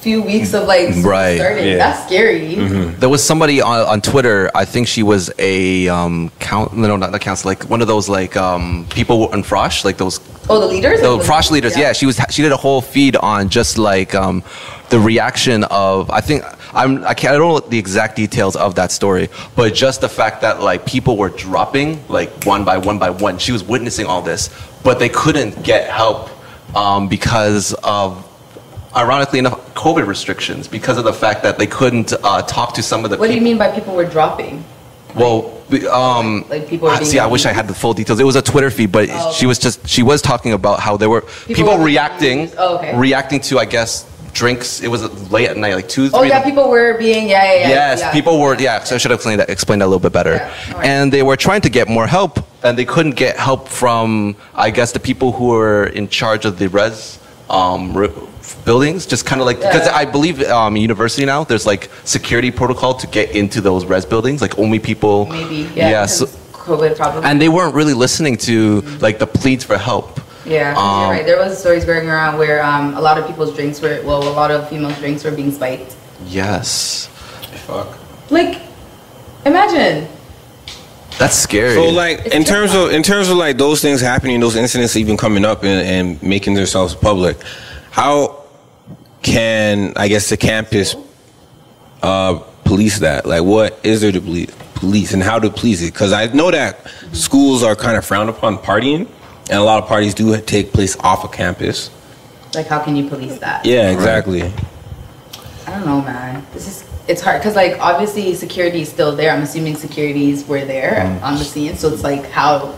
[SPEAKER 2] few weeks of like school
[SPEAKER 3] Mm-hmm. Right, Mm-hmm.
[SPEAKER 2] starting,
[SPEAKER 1] yeah.
[SPEAKER 2] that's scary.
[SPEAKER 3] There was somebody on, on Twitter. I think she was a um, count. No, not a council. Like one of those like um, people on Frosh, like those
[SPEAKER 2] Oh, the leaders?
[SPEAKER 3] the Frosh leaders. Yeah. she was. She did a whole feed on just like um, the reaction of. I think I'm. I can't. I don't know the exact details of that story, but just the fact that like people were dropping like one by one by one. She was witnessing all this, but they couldn't get help um, because of. Ironically enough, COVID restrictions because of the fact that they couldn't uh, talk to some of the
[SPEAKER 2] What do
[SPEAKER 3] people.
[SPEAKER 2] you mean by people were dropping?
[SPEAKER 3] Well, b- um,
[SPEAKER 2] Like people are
[SPEAKER 3] I-
[SPEAKER 2] being
[SPEAKER 3] see, I wish I had the full details. It was a Twitter feed, but
[SPEAKER 2] Oh,
[SPEAKER 3] she was just she was talking about how there were people,
[SPEAKER 2] were-
[SPEAKER 3] reacting,
[SPEAKER 2] Oh, okay.
[SPEAKER 3] reacting to I guess drinks. It was late at night, like two,
[SPEAKER 2] Oh,
[SPEAKER 3] three.
[SPEAKER 2] yeah, people were being, yeah, yeah, yeah.
[SPEAKER 3] yes,
[SPEAKER 2] yeah.
[SPEAKER 3] people were. Yeah, so I should have explained that, explained that a little bit better.
[SPEAKER 2] Yeah, alright.
[SPEAKER 3] And they were trying to get more help, and they couldn't get help from I guess the people who were in charge of the res um, re- buildings. Just kind of like because
[SPEAKER 2] Yeah.
[SPEAKER 3] I believe um, university now there's like security protocol to get into those res buildings. Like only people.
[SPEAKER 2] Maybe, yeah.
[SPEAKER 3] Yeah.
[SPEAKER 2] because
[SPEAKER 3] so-
[SPEAKER 2] COVID probably.
[SPEAKER 3] and they weren't really listening to like the pleads for help.
[SPEAKER 2] Yeah,
[SPEAKER 3] Um,
[SPEAKER 2] you're right. There was stories going around where um, a lot of people's drinks were, well, a lot of females' drinks were being spiked.
[SPEAKER 3] Yes,
[SPEAKER 1] Fuck.
[SPEAKER 2] Like, imagine.
[SPEAKER 3] that's scary.
[SPEAKER 1] So like
[SPEAKER 2] It's
[SPEAKER 1] in terms of in terms of like those things happening, those incidents even coming up and, and making themselves public, how can I guess the campus uh, police that? Like, what is there to police, police and how to police it? Because I know that schools are kind of frowned upon partying, and a lot of parties do take place off of campus.
[SPEAKER 2] Like, how can you police that?
[SPEAKER 1] Yeah, exactly.
[SPEAKER 2] I don't know, man. This is, it's hard because, like, obviously security is still there. I'm assuming securities were there
[SPEAKER 3] Mm.
[SPEAKER 2] on the scene. So it's like, how?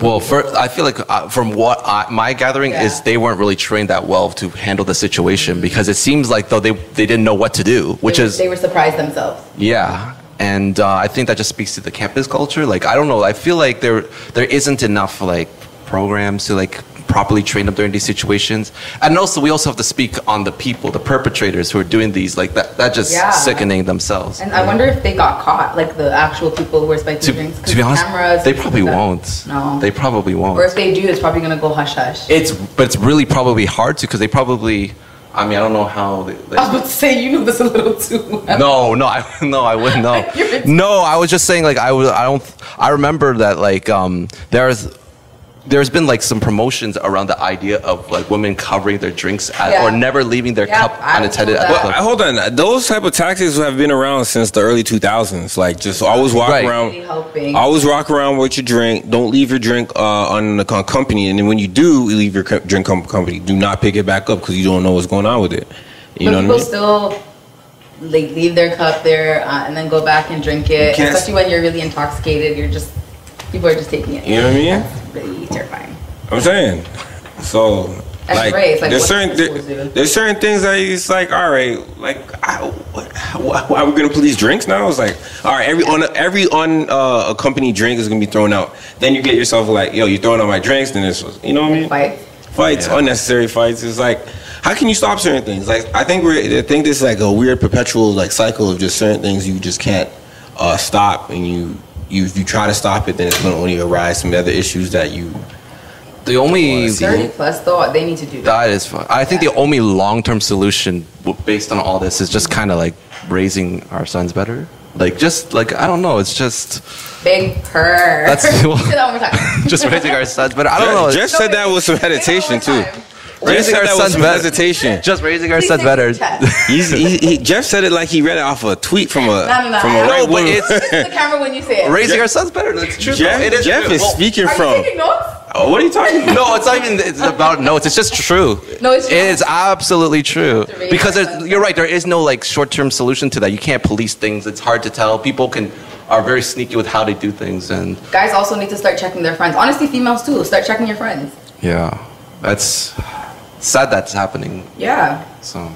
[SPEAKER 3] well, first, I feel like uh, from what I, my gathering
[SPEAKER 2] Yeah.
[SPEAKER 3] is, they weren't really trained that well to handle the situation because it seems like though they they didn't know what to do, which
[SPEAKER 2] they,
[SPEAKER 3] is
[SPEAKER 2] They were surprised themselves.
[SPEAKER 3] yeah. And uh, I think that just speaks to the campus culture. Like I don't know. I feel like there there isn't enough like programs to like properly train them during these situations. And also we also have to speak on the people, the perpetrators who are doing these. Like that that just
[SPEAKER 2] Yeah.
[SPEAKER 3] sickening themselves.
[SPEAKER 2] And I wonder if they got caught, like, the actual people who were spiking
[SPEAKER 3] to,
[SPEAKER 2] drinks. 'cause
[SPEAKER 3] to be honest,
[SPEAKER 2] cameras
[SPEAKER 3] they
[SPEAKER 2] and stuff
[SPEAKER 3] probably
[SPEAKER 2] like that.
[SPEAKER 3] won't.
[SPEAKER 2] No.
[SPEAKER 3] they probably won't.
[SPEAKER 2] Or if they do, it's probably going to go hush hush.
[SPEAKER 3] it's but it's really probably hard to because they probably. I mean, I don't know how. They, they-
[SPEAKER 2] I was about to say, you know this a little too well.
[SPEAKER 3] no, no, I no, I wouldn't know.
[SPEAKER 2] You're-
[SPEAKER 3] No, I was just saying like I was. I don't. I remember that like um there's there's been like some promotions around the idea of like women covering their drinks at,
[SPEAKER 2] Yeah.
[SPEAKER 3] or never leaving their
[SPEAKER 2] Yeah,
[SPEAKER 3] cup
[SPEAKER 2] I
[SPEAKER 3] unattended
[SPEAKER 2] saw
[SPEAKER 3] at the
[SPEAKER 2] that.
[SPEAKER 1] Well,
[SPEAKER 3] club.
[SPEAKER 1] I- uh, hold on. Those type of tactics have been around since the early 2000s. Like, just always walk
[SPEAKER 3] Right.
[SPEAKER 1] around.
[SPEAKER 2] Really helping.
[SPEAKER 1] Always walk around with your drink. Don't leave your drink uh, on the con- company. And then when you do leave your co- drink com- company, do not pick it back up because you don't know what's going on with it. You
[SPEAKER 2] but
[SPEAKER 1] know what
[SPEAKER 2] people
[SPEAKER 1] I mean?
[SPEAKER 2] still like leave their cup there uh, and then go back and drink it.
[SPEAKER 1] can't-
[SPEAKER 2] Especially when you're really intoxicated, you're just people are just taking it.
[SPEAKER 1] You know what I mean?
[SPEAKER 2] It's really terrifying.
[SPEAKER 1] I'm saying. So,
[SPEAKER 2] That's
[SPEAKER 1] like,
[SPEAKER 2] great. It's like,
[SPEAKER 1] there's
[SPEAKER 2] what
[SPEAKER 1] certain
[SPEAKER 2] people do.
[SPEAKER 1] th- there's certain things that it's like, all right, like, I, what, why, why are we gonna police drinks now? It's like, all right, every on every on uh, accompanied drink is gonna be thrown out. Then you get yourself like, yo, you're throwing out my drinks. Then it's, you know what I mean?
[SPEAKER 2] Like,
[SPEAKER 1] fights, unnecessary fights. It's like, how can you stop certain things? Like, I think we're, I think this is like a weird perpetual like cycle of just certain things you just can't uh, stop, and you, you if you try to stop it, then it's going to only arise some other issues that you.
[SPEAKER 3] the only
[SPEAKER 2] thirty plus though, they need to do that.
[SPEAKER 3] that is, fu- I think the only long-term solution w- based on all this is just kind of like raising our sons better. Like just like I don't know, it's just
[SPEAKER 2] Big purr.
[SPEAKER 3] That's-
[SPEAKER 2] Say that one more time.
[SPEAKER 3] just raising our sons better. I don't know.
[SPEAKER 1] Jeff,
[SPEAKER 3] it's-
[SPEAKER 1] Jeff said that with some hesitation too. Jeff
[SPEAKER 3] Raising
[SPEAKER 1] said
[SPEAKER 3] our
[SPEAKER 1] that
[SPEAKER 3] sons
[SPEAKER 1] with some
[SPEAKER 3] better.
[SPEAKER 1] hesitation.
[SPEAKER 3] just raising our sons better.
[SPEAKER 1] He's, he, he, Jeff said it like he read it off a tweet from a
[SPEAKER 2] No, no, no.
[SPEAKER 1] from
[SPEAKER 2] I
[SPEAKER 1] a
[SPEAKER 2] don't-
[SPEAKER 1] right
[SPEAKER 3] No, but
[SPEAKER 1] wing-
[SPEAKER 3] it's-
[SPEAKER 2] the camera when you say it.
[SPEAKER 3] raising our sons better. That's true. though.
[SPEAKER 1] Jeff,
[SPEAKER 3] it is
[SPEAKER 1] Jeff
[SPEAKER 3] true.
[SPEAKER 1] is
[SPEAKER 3] Well,
[SPEAKER 1] speaking
[SPEAKER 2] Are
[SPEAKER 1] from.
[SPEAKER 2] you taking notes?
[SPEAKER 1] Oh, what are you talking about?
[SPEAKER 3] No, it's not even. It's about notes. It's just true.
[SPEAKER 2] No, it's
[SPEAKER 3] It is absolutely true.
[SPEAKER 2] To raise
[SPEAKER 3] Because
[SPEAKER 2] our
[SPEAKER 3] there's-
[SPEAKER 2] sons.
[SPEAKER 3] you're right. There is no like short-term solution to that. You can't police things. It's hard to tell. People can are very sneaky with how they do things, and
[SPEAKER 2] Guys also need to start checking their friends. Honestly, females too. Start checking your friends.
[SPEAKER 3] yeah, that's sad that's happening.
[SPEAKER 2] Yeah.
[SPEAKER 3] So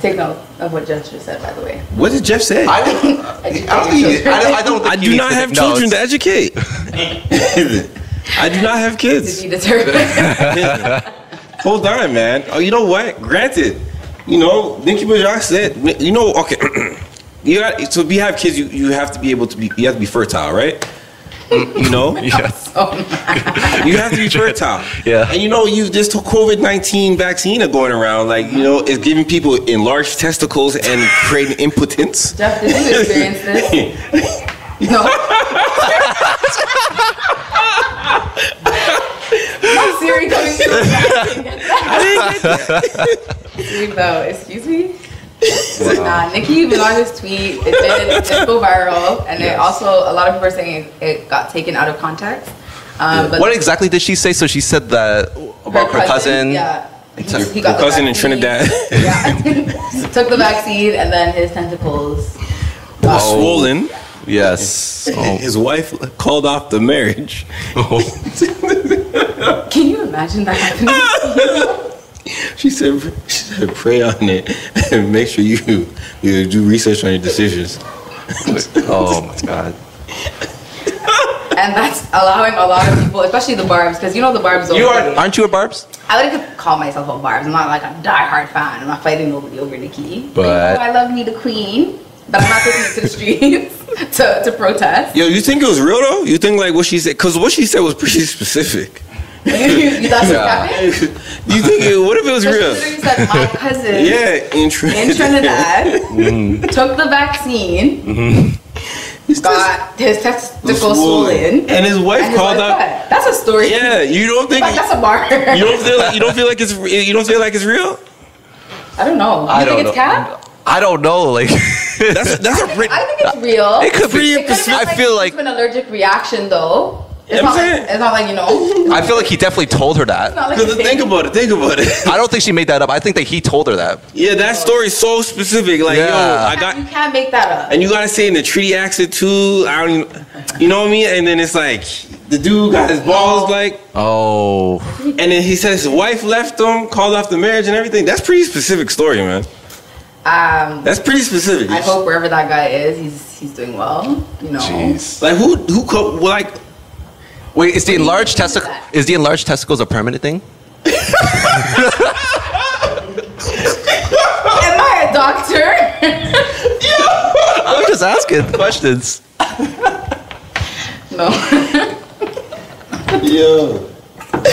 [SPEAKER 2] Take note of what Jeff just said, by the way.
[SPEAKER 1] What did Jeff say?
[SPEAKER 3] I, don't-
[SPEAKER 2] Educate
[SPEAKER 3] I don't
[SPEAKER 2] your
[SPEAKER 3] think.
[SPEAKER 2] children.
[SPEAKER 3] I don't, I don't think
[SPEAKER 1] I
[SPEAKER 3] he
[SPEAKER 1] do
[SPEAKER 3] needs
[SPEAKER 1] not
[SPEAKER 3] to
[SPEAKER 1] have
[SPEAKER 3] take
[SPEAKER 1] children
[SPEAKER 3] notes.
[SPEAKER 1] to educate. I do not have
[SPEAKER 2] Did
[SPEAKER 1] kids.
[SPEAKER 2] you deserve it?
[SPEAKER 1] Hold on, man. Oh, you know what? Granted, you know, Nicki Minaj said, you know, okay, you got so if you have kids, you, you have to be able to be, you have to be fertile, right? You know,
[SPEAKER 3] Yes.
[SPEAKER 2] Oh,
[SPEAKER 1] you have to be fertile.
[SPEAKER 3] Yeah.
[SPEAKER 1] And you know, you this COVID nineteen vaccine are going around, like you know, it's giving people enlarged testicles and creating impotence.
[SPEAKER 2] Jeff, did you experience this? No. My Siri coming through. Siri, though, excuse me.
[SPEAKER 3] Oh.
[SPEAKER 2] Nah, Nicki Minaj's tweet it did, it did go viral, and it
[SPEAKER 3] Yes.
[SPEAKER 2] also a lot of people are saying it, it got taken out of context. Um, But
[SPEAKER 3] What exactly did she say? So she said that about her, cousin.
[SPEAKER 2] Yeah. He,
[SPEAKER 3] Took-
[SPEAKER 2] he got
[SPEAKER 1] her
[SPEAKER 2] the
[SPEAKER 1] cousin in
[SPEAKER 2] vaccine.
[SPEAKER 1] Trinidad.
[SPEAKER 2] Yeah. Took the vaccine and then his tentacles.
[SPEAKER 1] Was
[SPEAKER 3] Oh.
[SPEAKER 1] swollen.
[SPEAKER 3] Yes.
[SPEAKER 1] His wife called off the marriage.
[SPEAKER 3] Oh.
[SPEAKER 2] Can you imagine that happening?
[SPEAKER 1] She said, she said, pray on it and make sure you, you do research on your decisions.
[SPEAKER 3] oh my god.
[SPEAKER 2] and that's allowing a lot of people, especially the Barb's, because you know the Barb's.
[SPEAKER 3] You
[SPEAKER 2] always-
[SPEAKER 3] are, aren't you a Barb's?
[SPEAKER 2] I like to call myself a Barb's. I'm not like a diehard fan. I'm not fighting nobody over Nikki. you
[SPEAKER 3] But-
[SPEAKER 2] know, I love me the Queen, but I'm not taking it to the streets to, to protest.
[SPEAKER 1] Yo, you think it was real though? You think like what she said? Because what she said was pretty specific.
[SPEAKER 2] you, you thought
[SPEAKER 3] Yeah.
[SPEAKER 2] yeah.
[SPEAKER 1] you think it, what if it was
[SPEAKER 2] She
[SPEAKER 1] real?
[SPEAKER 2] literally said, "My cousin."
[SPEAKER 1] Yeah, Mm. in Trinidad.
[SPEAKER 2] in Trinidad, took the vaccine, got his
[SPEAKER 1] Was
[SPEAKER 2] testicles swollen,
[SPEAKER 1] And his wife
[SPEAKER 2] and his
[SPEAKER 1] called
[SPEAKER 2] wife
[SPEAKER 1] up.
[SPEAKER 2] died. That's a story.
[SPEAKER 1] Yeah, you don't think
[SPEAKER 2] Like, that's a bar.
[SPEAKER 1] you don't feel like you don't feel like it's you don't feel like it's real.
[SPEAKER 2] I don't know. You
[SPEAKER 3] I
[SPEAKER 2] think
[SPEAKER 3] don't
[SPEAKER 2] it's
[SPEAKER 3] know.
[SPEAKER 2] cap?
[SPEAKER 3] I don't know. Like,
[SPEAKER 1] That's that's a pretty.
[SPEAKER 2] I think it's real.
[SPEAKER 3] It could be.
[SPEAKER 2] It could've been,
[SPEAKER 3] I feel like-
[SPEAKER 2] it's an allergic reaction though. It's
[SPEAKER 1] I'm
[SPEAKER 2] not, like,
[SPEAKER 1] saying.
[SPEAKER 2] it's not like you know.
[SPEAKER 3] I feel like he definitely told her
[SPEAKER 2] It's
[SPEAKER 3] that.
[SPEAKER 2] not like
[SPEAKER 1] Because
[SPEAKER 2] a
[SPEAKER 1] think
[SPEAKER 2] thing.
[SPEAKER 1] about it, think about it.
[SPEAKER 3] I don't think she made that up. I think that he told her that.
[SPEAKER 1] Yeah, that story's so specific. Like,
[SPEAKER 3] Yeah.
[SPEAKER 1] yo, I got
[SPEAKER 2] you can't make that up.
[SPEAKER 1] and you gotta say in the treaty accent too. I don't, even, you know what I mean? And then it's like the dude got his balls
[SPEAKER 2] No.
[SPEAKER 1] like,
[SPEAKER 3] Oh,
[SPEAKER 1] and then he says his wife left him, called off the marriage and everything. That's pretty specific story, man.
[SPEAKER 2] Um,
[SPEAKER 1] That's pretty specific.
[SPEAKER 2] I hope wherever that guy is, he's he's doing well. You know.
[SPEAKER 1] Like who who co- well, like
[SPEAKER 3] Wait, is the enlarged
[SPEAKER 2] What do you
[SPEAKER 3] testicle
[SPEAKER 2] mean by
[SPEAKER 3] is the enlarged testicles a permanent thing?
[SPEAKER 2] Am I a doctor?
[SPEAKER 3] I'm just asking questions.
[SPEAKER 2] no.
[SPEAKER 1] yo yo.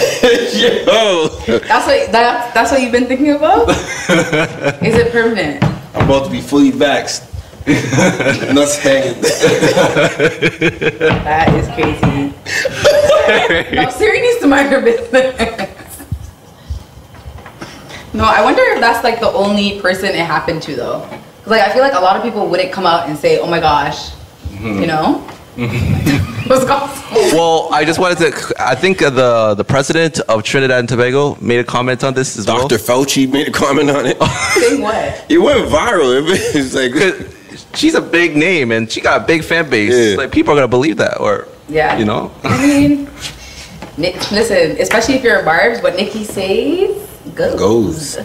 [SPEAKER 2] That's what that, that's what you've been thinking about. Is it permanent?
[SPEAKER 1] I'm about to be fully vaxxed. Nuts hanging.
[SPEAKER 2] That is crazy. no, Siri needs to mind her business. no, I wonder if that's like the only person it happened to though. 'Cause, like I feel like a lot of people wouldn't come out and say, "Oh my gosh," you know. What's gospel?
[SPEAKER 3] Well, I just wanted to. I think the the president of Trinidad and Tobago made a comment on this as well.
[SPEAKER 1] Dr. Fauci made a comment on it.
[SPEAKER 2] Saying what?
[SPEAKER 1] It went viral. It's like,
[SPEAKER 3] 'Cause She's a big name and she got a big fan base.
[SPEAKER 1] Yeah.
[SPEAKER 3] Like people are gonna believe that, or
[SPEAKER 2] Yeah.
[SPEAKER 3] you know.
[SPEAKER 2] I mean, Nick, listen, especially if you're a Barb's, what Nikki says goes.
[SPEAKER 1] Goes.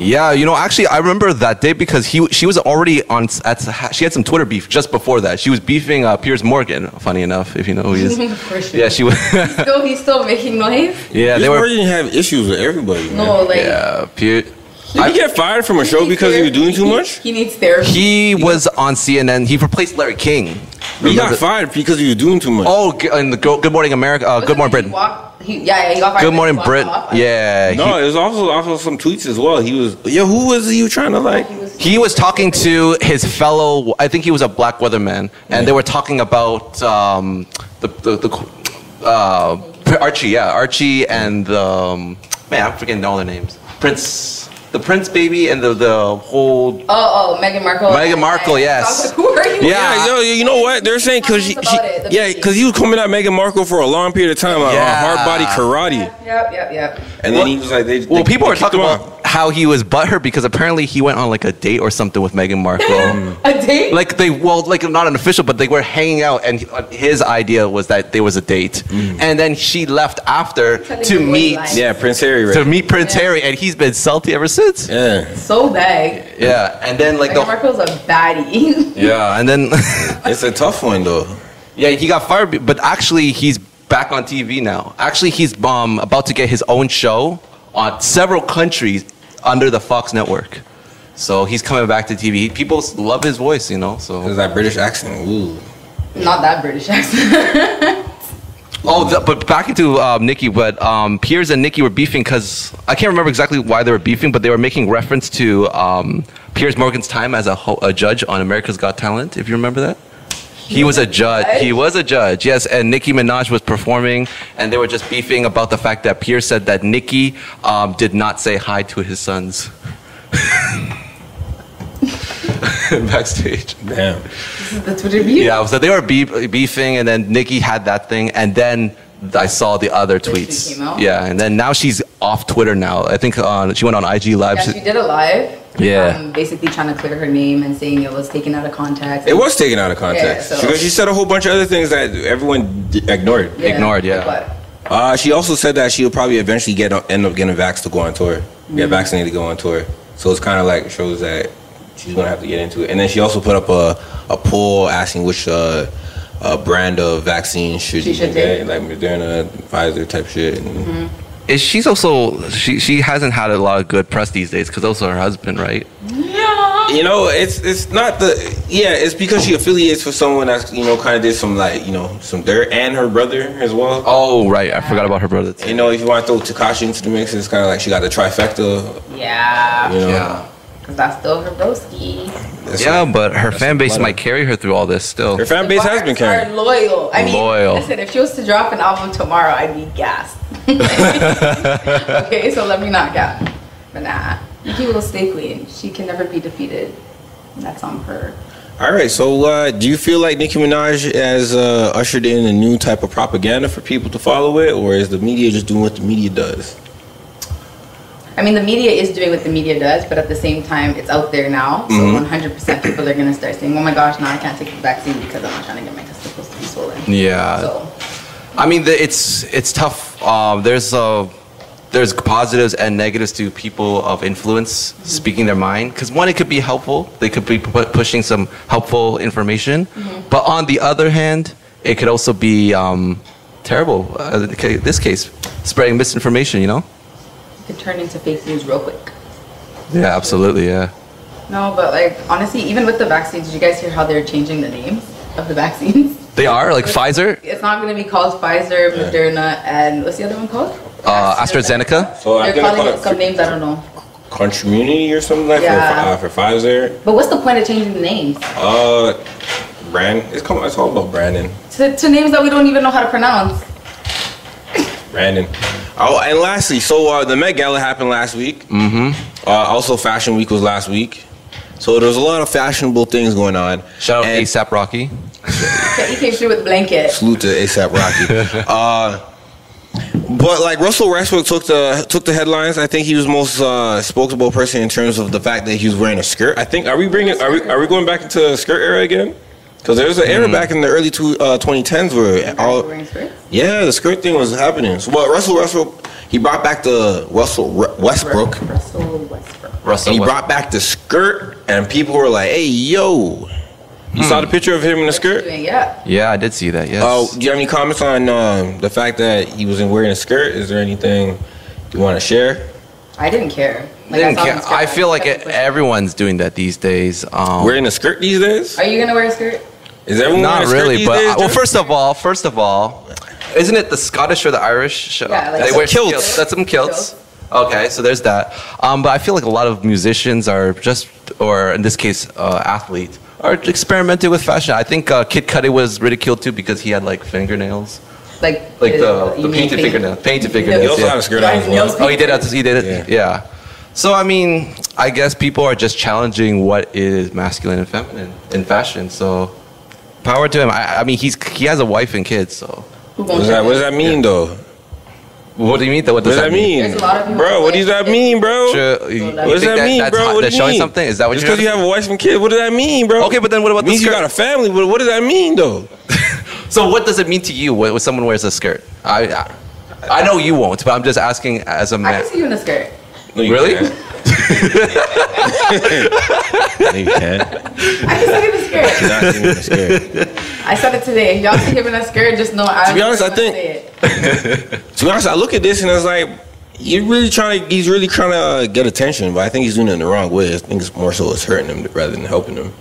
[SPEAKER 3] Yeah, you know, actually, I remember that day because he she was already on s- at s- she had some Twitter beef just before that. She was beefing uh, Piers Morgan. Funny enough, if you know who he is.
[SPEAKER 2] For sure.
[SPEAKER 3] yeah, she was.
[SPEAKER 2] Still, he's still making noise.
[SPEAKER 3] yeah, they
[SPEAKER 1] you
[SPEAKER 3] were.
[SPEAKER 1] already have issues with everybody. man.
[SPEAKER 2] No, like
[SPEAKER 3] Yeah, Piers.
[SPEAKER 1] Did he get fired from a show
[SPEAKER 2] needs
[SPEAKER 1] because he was
[SPEAKER 2] therapy.
[SPEAKER 1] doing too much?
[SPEAKER 2] He needs therapy.
[SPEAKER 3] He was on CNN. He replaced Larry King.
[SPEAKER 1] He got
[SPEAKER 3] Remember-
[SPEAKER 1] fired because he was doing too much.
[SPEAKER 3] Oh, g- and the Go- Good Morning America. Uh, Good
[SPEAKER 2] Wasn't
[SPEAKER 3] Morning
[SPEAKER 2] it he
[SPEAKER 3] Britain.
[SPEAKER 2] walked- he- yeah, yeah, he got fired
[SPEAKER 3] Good
[SPEAKER 2] because
[SPEAKER 3] Morning
[SPEAKER 2] he walked
[SPEAKER 3] Britain.
[SPEAKER 2] off.
[SPEAKER 3] Yeah. he-
[SPEAKER 1] No, there's also also some tweets as well. He was yo, who was you trying to like?
[SPEAKER 3] He was talking to his fellow. I think he was a black weatherman, and they were talking about um, the the, the uh, Archie. Yeah, Archie and um, man, I'm forgetting all their names. Prince, the Prince baby, and the the whole.
[SPEAKER 2] Oh, oh, Meghan Markle.
[SPEAKER 3] Meghan Markle,
[SPEAKER 2] I- I
[SPEAKER 3] yes.
[SPEAKER 2] was like, Who are you?
[SPEAKER 1] Yeah,
[SPEAKER 3] Yeah.
[SPEAKER 1] yo, you know what they're saying? Cause she,
[SPEAKER 2] Tell us about it,
[SPEAKER 1] she-
[SPEAKER 2] the
[SPEAKER 1] yeah,
[SPEAKER 2] movie.
[SPEAKER 1] cause he was coming at Meghan Markle for a long period of time on
[SPEAKER 3] Yeah.
[SPEAKER 1] hard body karate,
[SPEAKER 2] Yep, yep, yep.
[SPEAKER 1] and then he was like, they,
[SPEAKER 3] Well,
[SPEAKER 1] they-
[SPEAKER 3] people
[SPEAKER 1] they
[SPEAKER 3] were talking
[SPEAKER 1] kicked him
[SPEAKER 3] about how he was butthurt because apparently he went on like a date or something with Meghan Markle.
[SPEAKER 2] A date?
[SPEAKER 3] Mm. like they well like not an official but they were hanging out and uh, his idea was that there was a date
[SPEAKER 1] Mm.
[SPEAKER 3] and then she left after
[SPEAKER 2] Telling
[SPEAKER 3] to
[SPEAKER 2] the boy
[SPEAKER 3] meet
[SPEAKER 2] lies.
[SPEAKER 1] out. Yeah, Prince Harry,
[SPEAKER 3] to
[SPEAKER 1] right?
[SPEAKER 3] meet prince
[SPEAKER 2] Yeah.
[SPEAKER 3] harry and he's been salty ever since
[SPEAKER 1] Yeah,
[SPEAKER 2] so bad.
[SPEAKER 3] yeah and then like
[SPEAKER 2] Meghan
[SPEAKER 3] the
[SPEAKER 2] Markle's a baddie.
[SPEAKER 3] yeah and then
[SPEAKER 1] it's a tough one though.
[SPEAKER 3] yeah he got fired be- but actually he's back on tv now actually he's um about to get his own show on several countries under the fox network so he's coming back to tv people s- love his voice you know so
[SPEAKER 1] Cause that British accent, ooh.
[SPEAKER 2] Not that British accent.
[SPEAKER 3] Oh, th- but back into um, Nikki. But um, Piers and Nikki were beefing because I can't remember exactly why they were beefing, but they were making reference to um, Piers Morgan's time as a, ho- a judge on America's Got Talent. If you remember that, he was a judge. He was a judge. Yes, and Nicki Minaj was performing, and they were just beefing about the fact that Piers said that Nicki um, did not say hi to his sons backstage.
[SPEAKER 1] Damn.
[SPEAKER 2] this is the Twitter view.
[SPEAKER 3] Yeah, so they were beef, beefing, and then Nikki had that thing, and then I saw the other
[SPEAKER 2] Then she
[SPEAKER 3] tweets.
[SPEAKER 2] came out?
[SPEAKER 3] Yeah, and then now she's off Twitter now. I think uh, she went on IG Live.
[SPEAKER 2] Yeah, she did a live.
[SPEAKER 3] Yeah.
[SPEAKER 2] Um, basically trying to clear her name and saying it was taken out of context.
[SPEAKER 1] It was taken out of context
[SPEAKER 2] Yeah, so-
[SPEAKER 1] because she said a whole bunch of other things that everyone d- ignored.
[SPEAKER 3] ignored, yeah.
[SPEAKER 2] But
[SPEAKER 1] Uh, she also said that she'll probably eventually get end up getting vaxxed to go on tour,
[SPEAKER 2] Mm.
[SPEAKER 1] get vaccinated to go on tour. So it's kind of like shows that she's gonna have to get into it. And then she also put up a, a poll asking which uh, uh, brand of vaccine should
[SPEAKER 2] She
[SPEAKER 1] you
[SPEAKER 2] should
[SPEAKER 1] get,
[SPEAKER 2] Mm-hmm.
[SPEAKER 1] like Moderna, Pfizer type shit. And
[SPEAKER 3] Is she's also she she hasn't had a lot of good press these days because also her husband, right?
[SPEAKER 2] yeah.
[SPEAKER 1] You know, it's it's not the yeah. It's because she affiliates with someone that's you know kind of did some like you know some dirt and her brother as well.
[SPEAKER 3] Oh, right. I forgot about her brother.
[SPEAKER 1] You know, if you want to throw Takashi into the mix, it's kind of like she got the trifecta.
[SPEAKER 2] Yeah.
[SPEAKER 1] You know,
[SPEAKER 3] Yeah,
[SPEAKER 2] Cause that's still her broski.
[SPEAKER 1] It's
[SPEAKER 3] yeah,
[SPEAKER 1] like-
[SPEAKER 3] but her fan base
[SPEAKER 1] blood.
[SPEAKER 3] might carry her through all this still.
[SPEAKER 1] her fan base has been
[SPEAKER 2] Barbs
[SPEAKER 1] carrying.
[SPEAKER 2] Are loyal. I mean,
[SPEAKER 3] Loyal.
[SPEAKER 2] listen, if she was to drop an album tomorrow, I'd be gassed. okay, so let me not gas. But nah, Nicki will stay queen. She can never be defeated. That's on her.
[SPEAKER 1] All right, so uh, do you feel like Nicki Minaj has uh, ushered in a new type of propaganda for people to follow it, or is the media just doing what the media does?
[SPEAKER 2] I mean, the media is doing what the media does, but at the same time, it's out there now. So
[SPEAKER 3] Mm-hmm.
[SPEAKER 2] 100% people are going to start saying, oh my gosh, now I can't take the vaccine because I'm not trying to get my testicles to be swollen.
[SPEAKER 3] Yeah.
[SPEAKER 2] So,
[SPEAKER 3] I mean, the, it's it's tough. Um, there's uh, there's positives and negatives to people of influence speaking their mind. Because one, it could be helpful. They could be pu- pushing some helpful information.
[SPEAKER 2] Mm-hmm.
[SPEAKER 3] But on the other hand, it could also be um, terrible. Uh, the ca- this case, spreading misinformation. You know?
[SPEAKER 2] it could turn into fake news real quick.
[SPEAKER 3] Yeah, absolutely. Yeah.
[SPEAKER 2] No, but like, honestly, even with the vaccines, did you guys hear how they're changing the names of the vaccines?
[SPEAKER 3] They are like Pfizer,
[SPEAKER 2] It's not going to be called Pfizer, Moderna, and what's the other one called?
[SPEAKER 3] uh, AstraZeneca.
[SPEAKER 1] So I'm
[SPEAKER 2] They're
[SPEAKER 1] gonna
[SPEAKER 2] calling
[SPEAKER 1] call
[SPEAKER 2] it
[SPEAKER 1] it-
[SPEAKER 2] some names I don't know.
[SPEAKER 1] Community or something like
[SPEAKER 2] Yeah.
[SPEAKER 1] that for, uh, for Pfizer.
[SPEAKER 2] But what's the point of changing the names
[SPEAKER 1] Uh, Brand. It's come. It's all about Brandon.
[SPEAKER 2] to, to names that we don't even know how to pronounce?
[SPEAKER 1] Brandon. Oh, and lastly, so uh, the Met Gala happened last week. Mm-hmm. Uh, also, Fashion Week was last week. So there's a lot of fashionable things going on.
[SPEAKER 3] Shout out
[SPEAKER 1] And-
[SPEAKER 3] ASAP Rocky.
[SPEAKER 2] He came through E with blanket.
[SPEAKER 1] Salute to ASAP Rocky. uh, but like Russell Westbrook took the took the headlines. I think he was most uh, spokesable person in terms of the fact that he was wearing a skirt. I think are we bringing are we are we going back into the skirt era again? Because there was an era
[SPEAKER 3] Hmm.
[SPEAKER 1] back in the early two, uh, 2010s where all
[SPEAKER 2] Wearing skirts?
[SPEAKER 1] yeah the skirt thing was happening. So what Russell Westbrook he brought back the Russell Re- Westbrook.
[SPEAKER 2] Russell Westbrook.
[SPEAKER 3] Russell.
[SPEAKER 1] And he
[SPEAKER 3] West-
[SPEAKER 1] brought back the skirt, and people were like, "Hey, yo!" You
[SPEAKER 3] Hmm.
[SPEAKER 1] saw the picture of him in the skirt.
[SPEAKER 2] Doing, yeah.
[SPEAKER 3] yeah, I did see that. Yes.
[SPEAKER 1] Oh, do you have any comments on um, the fact that he was in wearing a skirt? Is there anything you want to share?
[SPEAKER 2] I didn't care. Like,
[SPEAKER 3] Didn't
[SPEAKER 2] saw him
[SPEAKER 3] care.
[SPEAKER 2] skirt,
[SPEAKER 3] I feel like
[SPEAKER 2] expected
[SPEAKER 3] it,
[SPEAKER 2] to push-
[SPEAKER 3] everyone's doing that these days. Um,
[SPEAKER 1] Wearing a skirt these days?
[SPEAKER 2] Are you gonna wear a skirt?
[SPEAKER 1] Is everyone wearing
[SPEAKER 3] not
[SPEAKER 1] a skirt
[SPEAKER 3] really,
[SPEAKER 1] these
[SPEAKER 3] but
[SPEAKER 1] days,
[SPEAKER 3] well,
[SPEAKER 1] Jeff?
[SPEAKER 3] first of all, first of all, isn't it the Scottish or the Irish? Show?
[SPEAKER 2] Yeah, like-
[SPEAKER 3] they wear
[SPEAKER 1] Kilts.
[SPEAKER 3] kilts. That's some kilts. Okay, so there's that. Um, but I feel like a lot of musicians are just, or in this case, uh, athletes are experimenting with fashion. I think uh, Kid Cudi was ridiculed too because he had like fingernails,
[SPEAKER 2] Like,
[SPEAKER 3] like
[SPEAKER 2] uh,
[SPEAKER 3] the,
[SPEAKER 2] you
[SPEAKER 3] the
[SPEAKER 2] mean
[SPEAKER 3] painted
[SPEAKER 2] pink-
[SPEAKER 3] fingernails, painted
[SPEAKER 1] he
[SPEAKER 3] fingernails.
[SPEAKER 1] also
[SPEAKER 3] yeah.
[SPEAKER 1] had a skirt on
[SPEAKER 2] Guys,
[SPEAKER 1] as well.
[SPEAKER 2] nails-
[SPEAKER 3] Oh, he did. have to- He did it.
[SPEAKER 1] Yeah.
[SPEAKER 3] Yeah. So I mean, I guess people are just challenging what is masculine and feminine in fashion. So power to him. I, I mean, he's he has a wife and kids. So
[SPEAKER 2] Who
[SPEAKER 1] What
[SPEAKER 2] gonna
[SPEAKER 1] does
[SPEAKER 2] check
[SPEAKER 1] that, what does
[SPEAKER 2] it?
[SPEAKER 1] that mean, though? What
[SPEAKER 3] what do you mean? That what does
[SPEAKER 1] does that mean?
[SPEAKER 2] There's a lot of people
[SPEAKER 1] bro, what
[SPEAKER 2] who
[SPEAKER 1] does
[SPEAKER 2] like
[SPEAKER 1] that
[SPEAKER 2] it.
[SPEAKER 1] mean, bro?
[SPEAKER 3] Sure, you
[SPEAKER 2] What
[SPEAKER 1] What
[SPEAKER 2] You
[SPEAKER 1] does
[SPEAKER 3] think
[SPEAKER 1] that mean,
[SPEAKER 3] that's
[SPEAKER 1] bro?
[SPEAKER 3] hot-
[SPEAKER 1] what does
[SPEAKER 3] that's
[SPEAKER 1] it
[SPEAKER 3] showing
[SPEAKER 1] mean?
[SPEAKER 3] something? Is that what
[SPEAKER 1] Just
[SPEAKER 3] you're
[SPEAKER 1] because you have a wife and kids? What does that mean, bro?
[SPEAKER 3] Okay, but then what about the
[SPEAKER 1] means you
[SPEAKER 3] skirt?
[SPEAKER 1] got a family? But what does that mean, though?
[SPEAKER 3] So what does it mean to you when, when someone wears a skirt? I, I I know you won't, but I'm just asking as a
[SPEAKER 2] I
[SPEAKER 3] man.
[SPEAKER 2] can see you in a skirt.
[SPEAKER 1] No, you
[SPEAKER 3] Really?
[SPEAKER 1] can't. No, you can't.
[SPEAKER 2] I can see you in a skirt.
[SPEAKER 1] Not even a skirt.
[SPEAKER 2] I said it today. Y'all see him in a skirt, just know I.
[SPEAKER 1] To be honest, I think- To be honest, I look at this and it's like, you really trying to, he's really trying to uh, get attention, but I think he's doing it in the wrong way. I think it's more so it's hurting him rather than helping him.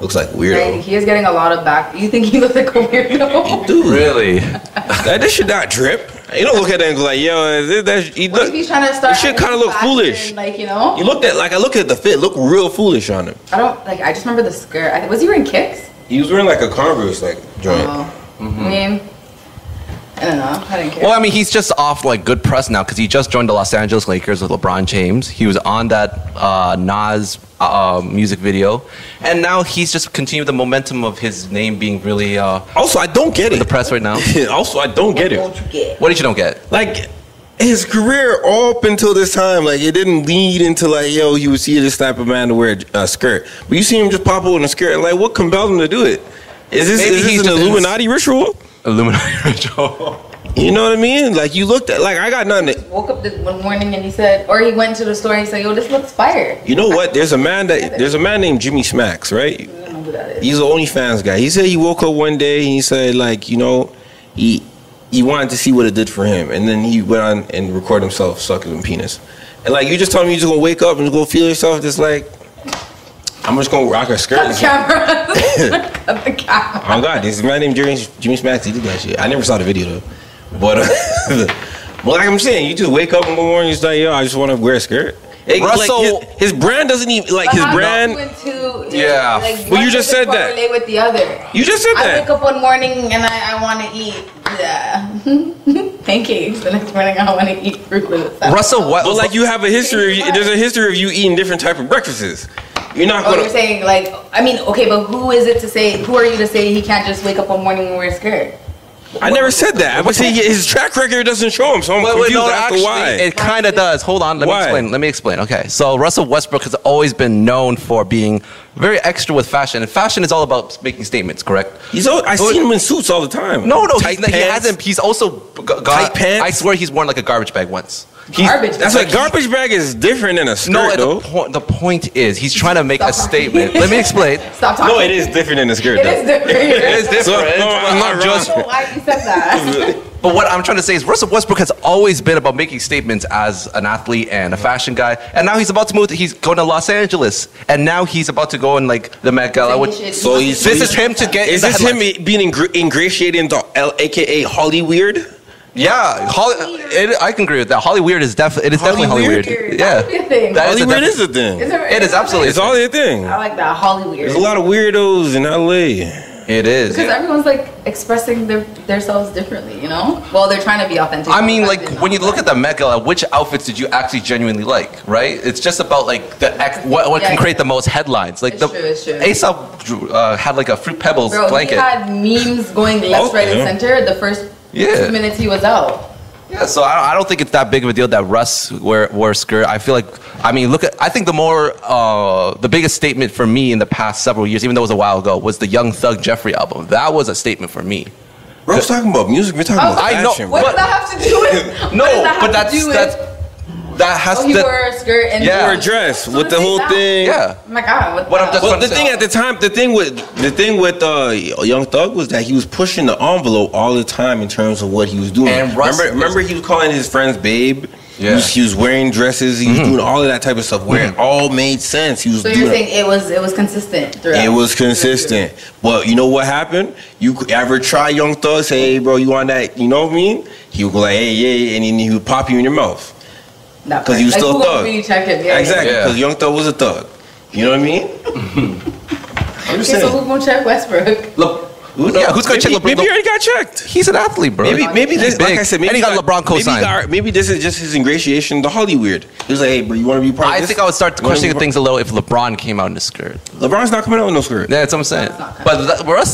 [SPEAKER 1] Looks like
[SPEAKER 2] Like,
[SPEAKER 1] weirdo.
[SPEAKER 2] he is getting a lot of back. You think he looks like a weirdo?
[SPEAKER 1] Dude,
[SPEAKER 3] Really?
[SPEAKER 1] that, this should not drip. You don't look at that and go like, yo, that, that, you,
[SPEAKER 2] What if
[SPEAKER 1] look,
[SPEAKER 2] he's trying to start?
[SPEAKER 1] This shit
[SPEAKER 2] having
[SPEAKER 1] kinda look
[SPEAKER 2] fashion,
[SPEAKER 1] foolish.
[SPEAKER 2] Like you know,
[SPEAKER 1] you looked at, like, I look at the fit, look real foolish on him.
[SPEAKER 2] I don't like. I just remember the skirt. I, was he wearing kicks?
[SPEAKER 1] He was wearing like a Converse, like, joint.
[SPEAKER 2] Oh.
[SPEAKER 1] Mm-hmm.
[SPEAKER 2] I mean, I don't know. I didn't care.
[SPEAKER 3] Well, I mean, he's just off like good press now because he just joined the Los Angeles Lakers with LeBron James. He was on that uh, Nas uh, music video, and now he's just continued the momentum of his name being really uh,
[SPEAKER 1] Also, I don't get
[SPEAKER 3] in the
[SPEAKER 1] it.
[SPEAKER 3] press right now.
[SPEAKER 1] also, I don't get it.
[SPEAKER 2] Don't you get?
[SPEAKER 3] What did you don't get?
[SPEAKER 1] like his career all up until this time, like it didn't lead into like yo, you would see this type of man to wear a skirt, but you see him just pop up in a skirt. Like what compelled him to do it? Is this
[SPEAKER 3] Maybe
[SPEAKER 1] is
[SPEAKER 3] he's
[SPEAKER 1] this an
[SPEAKER 3] just-
[SPEAKER 1] Illuminati ritual?
[SPEAKER 3] Illuminati ritual.
[SPEAKER 1] You know what I mean? Like you looked at like I got nothing. to-
[SPEAKER 2] Woke up this one morning and he said, or he went to the store and he said, "Yo, this looks fire."
[SPEAKER 1] You know what? There's a man that there's a man named Jimmy Smacks, right?
[SPEAKER 2] I don't know who that is.
[SPEAKER 1] He's an OnlyFans guy. He said he woke up one day and he said like you know he he wanted to see what it did for him, and then he went on and recorded himself sucking his penis. And like you just told me, you just gonna wake up and go feel yourself just like I'm just gonna rock a skirt.
[SPEAKER 2] Cut the camera. Cut the camera.
[SPEAKER 1] Oh God, this man named Jimmy, Jimmy Smacks. He did that shit. I never saw the video though, but uh, but like I'm saying, you just wake up in the morning, you're just like yo, I just want to wear a skirt. It- like,
[SPEAKER 3] Russell-
[SPEAKER 1] his, his brand doesn't even like
[SPEAKER 2] But
[SPEAKER 1] his
[SPEAKER 2] how
[SPEAKER 1] brand.
[SPEAKER 2] do you Into,
[SPEAKER 3] Yeah.
[SPEAKER 1] Well, you just said that.
[SPEAKER 2] Relate with the other.
[SPEAKER 1] You just said
[SPEAKER 2] I wake
[SPEAKER 1] that.
[SPEAKER 2] up one morning and I, I want to eat yeah, pancakes. The next morning I want to eat fruit with salad.
[SPEAKER 3] Russell, what?
[SPEAKER 1] But like you have a history. Of, there's a history of you eating different type of breakfasts. You're not
[SPEAKER 2] Oh, you're
[SPEAKER 1] gonna.
[SPEAKER 2] saying like I mean, okay, but who is it to say? Who are you to say he can't just wake up one morning and wear a skirt?
[SPEAKER 1] I never said that. But see, his track record doesn't show him, so I'm
[SPEAKER 3] Oh, Wait, wait,
[SPEAKER 1] confused as
[SPEAKER 3] no, actually,
[SPEAKER 1] to why.
[SPEAKER 3] it kind of does. Hold on, let
[SPEAKER 1] Why?
[SPEAKER 3] me explain. Let me explain. Okay, so Russell Westbrook has always been known for being very extra with fashion, and fashion is all about making statements, correct?
[SPEAKER 1] He's. All, I
[SPEAKER 3] But-
[SPEAKER 1] seen him in suits all the time.
[SPEAKER 3] Oh, No, no,
[SPEAKER 1] Tight
[SPEAKER 3] he's, not- he
[SPEAKER 1] pants.
[SPEAKER 3] hasn't. He's also g- got.
[SPEAKER 1] Tight pants?
[SPEAKER 3] I swear he's worn like a garbage bag once. He's,
[SPEAKER 2] Garbage
[SPEAKER 1] That's
[SPEAKER 2] bag.
[SPEAKER 1] like garbage bag is different than a skirt,
[SPEAKER 3] No,
[SPEAKER 1] though.
[SPEAKER 3] the, point, the point is he's trying to make a
[SPEAKER 2] Stop.
[SPEAKER 3] statement. Let me explain.
[SPEAKER 2] Stop talking.
[SPEAKER 1] No, it is different than a skirt,
[SPEAKER 2] It
[SPEAKER 1] though.
[SPEAKER 2] is different.
[SPEAKER 3] It is different.
[SPEAKER 1] So, no, I'm not
[SPEAKER 3] I'm
[SPEAKER 1] wrong.
[SPEAKER 2] I don't know why you said that.
[SPEAKER 3] But what I'm trying to say is Russell Westbrook has always been about making statements as an athlete and a fashion guy, and now he's about to move. To, he's going to Los Angeles, and now he's about to go in like the Met Gala.
[SPEAKER 2] So he
[SPEAKER 3] Which,
[SPEAKER 2] should-
[SPEAKER 1] So he's-
[SPEAKER 3] this is him to get.
[SPEAKER 1] Is
[SPEAKER 3] in the
[SPEAKER 1] this him
[SPEAKER 3] headlines.
[SPEAKER 1] being ingra- ingratiated into L- AKA Holly Weird?
[SPEAKER 3] Yeah, Holly. It, I can agree with that. Holly Weird is definitely. It is
[SPEAKER 1] Holly
[SPEAKER 3] definitely
[SPEAKER 1] Weird?
[SPEAKER 3] Holly Weird.
[SPEAKER 2] Weird.
[SPEAKER 3] Yeah,
[SPEAKER 2] That's a thing.
[SPEAKER 3] That
[SPEAKER 1] Holly
[SPEAKER 3] is a
[SPEAKER 1] Weird
[SPEAKER 3] defi-
[SPEAKER 1] is a thing.
[SPEAKER 2] Is
[SPEAKER 3] It is absolutely-
[SPEAKER 1] It's only a thing.
[SPEAKER 2] I like that Holly weird.
[SPEAKER 1] There's a lot of weirdos in LA.
[SPEAKER 3] It is.
[SPEAKER 2] because everyone's like expressing their themselves differently, you know. Well, they're trying to be authentic.
[SPEAKER 3] I mean, like when you look at the mecca, like, which outfits did you actually genuinely like? Right? It's just about like the ex- what, what
[SPEAKER 2] Yeah,
[SPEAKER 3] can
[SPEAKER 2] yeah.
[SPEAKER 3] create the most headlines. Like
[SPEAKER 2] It's
[SPEAKER 3] the
[SPEAKER 2] true, it's true.
[SPEAKER 3] Aesop drew- uh, had like a fruit pebbles
[SPEAKER 2] Bro,
[SPEAKER 3] blanket.
[SPEAKER 2] he had memes going left,
[SPEAKER 1] Oh,
[SPEAKER 2] right, and
[SPEAKER 1] yeah.
[SPEAKER 2] center. The first
[SPEAKER 3] Yeah.
[SPEAKER 2] two minutes he was out.
[SPEAKER 3] yeah, so I, I don't think it's that big of a deal that Russ wear wore a skirt. I feel like I mean, look at I think the more uh, the biggest statement for me in the past several years, even though it was a while ago, was the Young Thug Jeffrey album. That was a statement for me.
[SPEAKER 1] Bro, we're talking about music. We're talking
[SPEAKER 2] Oh,
[SPEAKER 1] about
[SPEAKER 3] I know.
[SPEAKER 1] fashion.
[SPEAKER 2] What
[SPEAKER 1] bro.
[SPEAKER 2] does that have to do with?
[SPEAKER 3] No,
[SPEAKER 2] what does that have
[SPEAKER 3] but
[SPEAKER 2] to
[SPEAKER 3] that's
[SPEAKER 2] do with-
[SPEAKER 3] that's that has
[SPEAKER 2] Oh, he
[SPEAKER 3] that-
[SPEAKER 2] wore a skirt and
[SPEAKER 3] Yeah.
[SPEAKER 1] He wore a dress
[SPEAKER 2] So
[SPEAKER 1] with
[SPEAKER 2] does
[SPEAKER 1] the
[SPEAKER 2] he
[SPEAKER 1] whole
[SPEAKER 2] not?
[SPEAKER 1] thing.
[SPEAKER 3] yeah.
[SPEAKER 2] Oh my God, what
[SPEAKER 3] What I'm
[SPEAKER 2] the-
[SPEAKER 3] just-
[SPEAKER 1] Well, the
[SPEAKER 3] So-
[SPEAKER 1] thing at the time, the thing with the thing with uh, Young Thug was that he was pushing the envelope all the time in terms of what he was doing.
[SPEAKER 3] And Russ-
[SPEAKER 1] remember, remember he was calling his friends babe.
[SPEAKER 3] Yeah. Mm-hmm.
[SPEAKER 1] He, was, he was wearing dresses. He was doing all of that type of stuff where it all made sense. He was
[SPEAKER 2] So
[SPEAKER 1] doing.
[SPEAKER 2] you're saying it was it was consistent throughout.
[SPEAKER 1] It was consistent. But you know what happened? You could ever try Young Thug, say, hey, bro, you on that, you know what I mean? He would go like, hey, yeah, and then he would pop you in your mouth.
[SPEAKER 2] That
[SPEAKER 1] 'Cause
[SPEAKER 2] part.
[SPEAKER 1] he was
[SPEAKER 2] Like,
[SPEAKER 1] still
[SPEAKER 2] who gonna
[SPEAKER 1] thug.
[SPEAKER 2] really check him? Yeah, yeah,
[SPEAKER 1] Exactly,
[SPEAKER 3] Yeah.
[SPEAKER 1] because Young Thug was a thug. You know what I mean? I'm
[SPEAKER 2] yeah.
[SPEAKER 1] just
[SPEAKER 2] Okay, so
[SPEAKER 1] saying.
[SPEAKER 2] who gonna check Westbrook?
[SPEAKER 3] Le-
[SPEAKER 1] Who
[SPEAKER 3] yeah,
[SPEAKER 1] knows?
[SPEAKER 3] who's gonna check
[SPEAKER 1] Maybe-
[SPEAKER 3] LeBron?
[SPEAKER 1] Maybe he already got checked.
[SPEAKER 3] He's an athlete, bro.
[SPEAKER 1] Maybe, maybe
[SPEAKER 3] He's
[SPEAKER 1] this,
[SPEAKER 3] big.
[SPEAKER 1] like I said,
[SPEAKER 3] and
[SPEAKER 1] maybe
[SPEAKER 3] he got LeBron
[SPEAKER 1] maybe he
[SPEAKER 3] cosign.
[SPEAKER 1] got- Maybe this is just his ingratiation to Hollywood. He was like, "Hey, bro, you want to be part?" of
[SPEAKER 3] I
[SPEAKER 1] this?
[SPEAKER 3] think I would start
[SPEAKER 1] You wanna be
[SPEAKER 3] questioning
[SPEAKER 1] part-"
[SPEAKER 3] things a little if LeBron came out in a skirt.
[SPEAKER 1] LeBron's not coming out with no skirt.
[SPEAKER 3] Yeah, that's what I'm saying.
[SPEAKER 2] That's not good.
[SPEAKER 3] But that, Russ,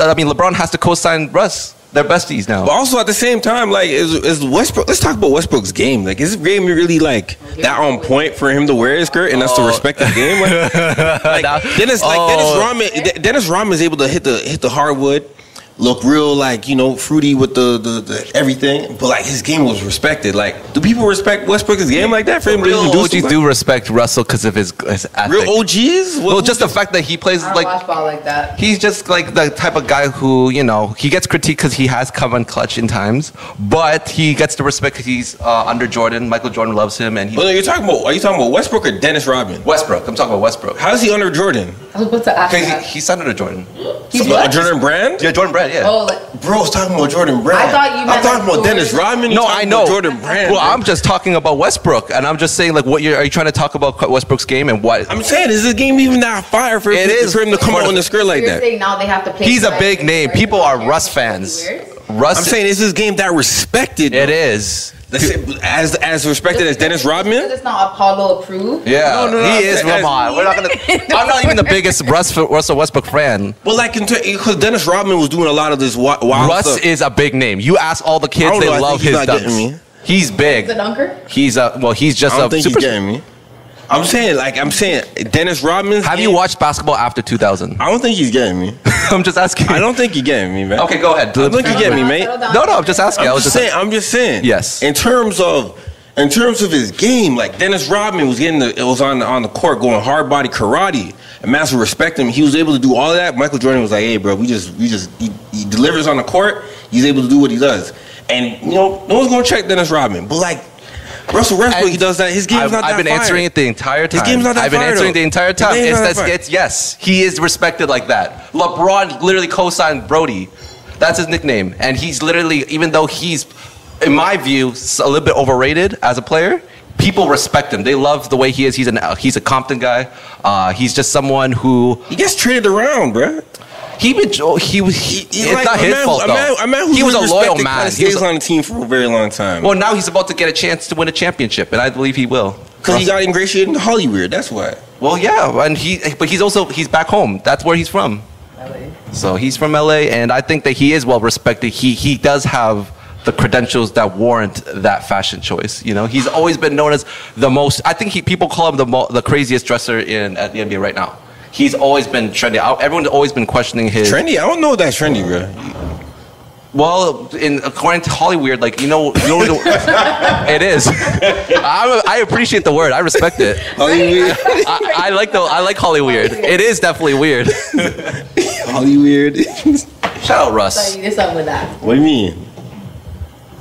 [SPEAKER 3] Russ, I mean, LeBron has to co-sign Russ. They're besties now.
[SPEAKER 1] But also at the same time, like is, is Westbrook. Let's talk about Westbrook's game. Like, is his game really like that on point for him to wear his skirt and us to respect the game? Like, like, Dennis, like
[SPEAKER 3] Oh.
[SPEAKER 1] Dennis Rodman, Dennis Rodman's able to hit the hit the hardwood, look real like you know fruity with the, the the everything. But like his game was respected. Like, do people respect Westbrook's game like that for him to
[SPEAKER 3] Real
[SPEAKER 1] even do?
[SPEAKER 3] OGs
[SPEAKER 1] something
[SPEAKER 3] do respect Russell because of his, his
[SPEAKER 1] like-
[SPEAKER 3] ethic.
[SPEAKER 1] real OGs? What-
[SPEAKER 3] well, just the fact that he plays
[SPEAKER 2] I don't
[SPEAKER 3] like
[SPEAKER 2] watch ball like that.
[SPEAKER 3] he's just like the type of guy who you know he gets critiqued because he has come on clutch in times, but he gets the respect because he's uh, under Jordan. Michael Jordan loves him, and he,
[SPEAKER 1] Well, Oh, no, you're talking about. Are you talking about Westbrook or Dennis Rodman?
[SPEAKER 3] Westbrook. I'm talking about Westbrook.
[SPEAKER 1] How is he under Jordan?
[SPEAKER 2] I was about to ask
[SPEAKER 3] Crazy.
[SPEAKER 2] that.
[SPEAKER 3] He's under Jordan.
[SPEAKER 2] He's
[SPEAKER 1] Uh,
[SPEAKER 2] what?
[SPEAKER 1] Jordan Brand?
[SPEAKER 3] Yeah, Jordan Brand. Yeah.
[SPEAKER 2] Oh, like,
[SPEAKER 1] Bro's talking about Jordan Brand.
[SPEAKER 2] I thought you
[SPEAKER 1] I'm
[SPEAKER 2] meant
[SPEAKER 1] talking
[SPEAKER 2] like
[SPEAKER 1] about Dennis
[SPEAKER 2] Jordan.
[SPEAKER 1] Rodman. you're
[SPEAKER 3] No,
[SPEAKER 1] talking
[SPEAKER 3] I
[SPEAKER 1] about
[SPEAKER 3] know.
[SPEAKER 1] Jordan Brand.
[SPEAKER 3] Well, I'm just talking about Westbrook, and I'm just saying, like, what you're, are you trying to talk about Westbrook's game and what?
[SPEAKER 1] I'm saying, is this game even that fire for,
[SPEAKER 3] It
[SPEAKER 1] him,
[SPEAKER 3] is.
[SPEAKER 1] for him to come out
[SPEAKER 3] Jordan-
[SPEAKER 1] on the skirt like
[SPEAKER 2] you're
[SPEAKER 1] that?
[SPEAKER 2] saying now they have to play.
[SPEAKER 3] he's a
[SPEAKER 2] like-
[SPEAKER 3] big name. People are Russ fans. Russ.
[SPEAKER 1] I'm saying, is this game that respected?
[SPEAKER 3] it is.
[SPEAKER 1] Let's say, as as respected as Dennis
[SPEAKER 2] Because
[SPEAKER 1] Rodman?
[SPEAKER 2] It's not Apollo approved.
[SPEAKER 3] Yeah,
[SPEAKER 1] No, no, no,
[SPEAKER 3] he
[SPEAKER 1] I'm
[SPEAKER 3] is
[SPEAKER 1] saying-
[SPEAKER 3] Ramon. We're not gonna. I'm not even the biggest Russ, Russell Westbrook fan.
[SPEAKER 1] Well, like, because Dennis Rodman was doing a lot of this wi- wild
[SPEAKER 3] Russ
[SPEAKER 1] stuff.
[SPEAKER 3] is a big name. You ask all the
[SPEAKER 1] I
[SPEAKER 3] kids,
[SPEAKER 1] don't
[SPEAKER 3] they
[SPEAKER 1] know, I
[SPEAKER 3] love
[SPEAKER 1] think
[SPEAKER 3] his
[SPEAKER 1] he's not getting
[SPEAKER 3] dunks.
[SPEAKER 1] me.
[SPEAKER 3] He's big.
[SPEAKER 2] The dunker.
[SPEAKER 3] He's a well. He's just
[SPEAKER 1] I
[SPEAKER 3] a
[SPEAKER 1] don't think
[SPEAKER 3] super.
[SPEAKER 1] he's getting me. I'm saying, like, I'm saying, Dennis Rodman's.
[SPEAKER 3] Have you
[SPEAKER 1] game-
[SPEAKER 3] watched basketball after 2000?
[SPEAKER 1] I don't think he's getting me.
[SPEAKER 3] I'm just asking.
[SPEAKER 1] I don't think he's getting me, man.
[SPEAKER 3] Okay, go ahead.
[SPEAKER 1] I don't think he's getting me,
[SPEAKER 2] Settle
[SPEAKER 1] mate.
[SPEAKER 2] down, settle
[SPEAKER 3] No,
[SPEAKER 2] down.
[SPEAKER 3] no, I'm just asking.
[SPEAKER 1] I'm
[SPEAKER 3] I was
[SPEAKER 1] just
[SPEAKER 3] just
[SPEAKER 1] saying. I'm just saying.
[SPEAKER 3] Yes.
[SPEAKER 1] In terms of, in terms of his game, like Dennis Rodman was getting the, it was on the, on the court going hard body karate, and Master respect him. He was able to do all that. Michael Jordan was like, "Hey, bro, we just we just he, he delivers on the court. He's able to do what he does, and you know no one's gonna check Dennis Rodman. But like Russell Westbrook,
[SPEAKER 3] And
[SPEAKER 1] he does that. His game's
[SPEAKER 3] I've,
[SPEAKER 1] not
[SPEAKER 3] I've
[SPEAKER 1] that
[SPEAKER 3] been
[SPEAKER 1] fire.
[SPEAKER 3] answering it the entire time.
[SPEAKER 1] His game's not that
[SPEAKER 3] I've been
[SPEAKER 1] fire,
[SPEAKER 3] answering
[SPEAKER 1] though.
[SPEAKER 3] the entire
[SPEAKER 1] His
[SPEAKER 3] time.
[SPEAKER 1] game's
[SPEAKER 3] It's,
[SPEAKER 1] not that
[SPEAKER 3] that's,
[SPEAKER 1] fire.
[SPEAKER 3] it's yes, he is respected like that. LeBron literally co-signed Brody. That's his nickname, and he's literally, even though he's, in my view, s- a little bit overrated as a player. People respect him. They love the way he is. He's an uh, he's a Compton guy. Uh, he's just someone who
[SPEAKER 1] He gets traded around, bro.
[SPEAKER 3] he been jo- he was. He,
[SPEAKER 1] He's
[SPEAKER 3] it's
[SPEAKER 1] like
[SPEAKER 3] not
[SPEAKER 1] a
[SPEAKER 3] his
[SPEAKER 1] man,
[SPEAKER 3] fault
[SPEAKER 1] a
[SPEAKER 3] though.
[SPEAKER 1] man, a man who's
[SPEAKER 3] he was a
[SPEAKER 1] really
[SPEAKER 3] loyal
[SPEAKER 1] respected kinda
[SPEAKER 3] man. He
[SPEAKER 1] Stays
[SPEAKER 3] was a-
[SPEAKER 1] on the team for a very long time.
[SPEAKER 3] well, now he's about to get a chance to win a championship, and I believe he will.
[SPEAKER 1] because he got ingratiated into Hollywood. That's why.
[SPEAKER 3] Well, yeah, and he, but he's also he's back home. That's where he's from.
[SPEAKER 2] Really?
[SPEAKER 3] So he's from LA, and I think that he is well respected. He he does have the credentials that warrant that fashion choice. You know, he's always been known as the most. I think he people call him the mo- the craziest dresser in at the NBA right now. He's always been trendy. I- Everyone's always been questioning his.
[SPEAKER 1] Trendy? I don't know if that's trendy, bro.
[SPEAKER 3] Well, in according to Hollyweird, like you know, you know it is. I, I appreciate the word. I respect it.
[SPEAKER 1] Hollywood.
[SPEAKER 3] I, I like the I like Hollyweird. It is definitely weird.
[SPEAKER 1] Hollywood.
[SPEAKER 3] Shout out
[SPEAKER 2] So
[SPEAKER 3] Russ.
[SPEAKER 2] you did something with that.
[SPEAKER 1] what do you mean?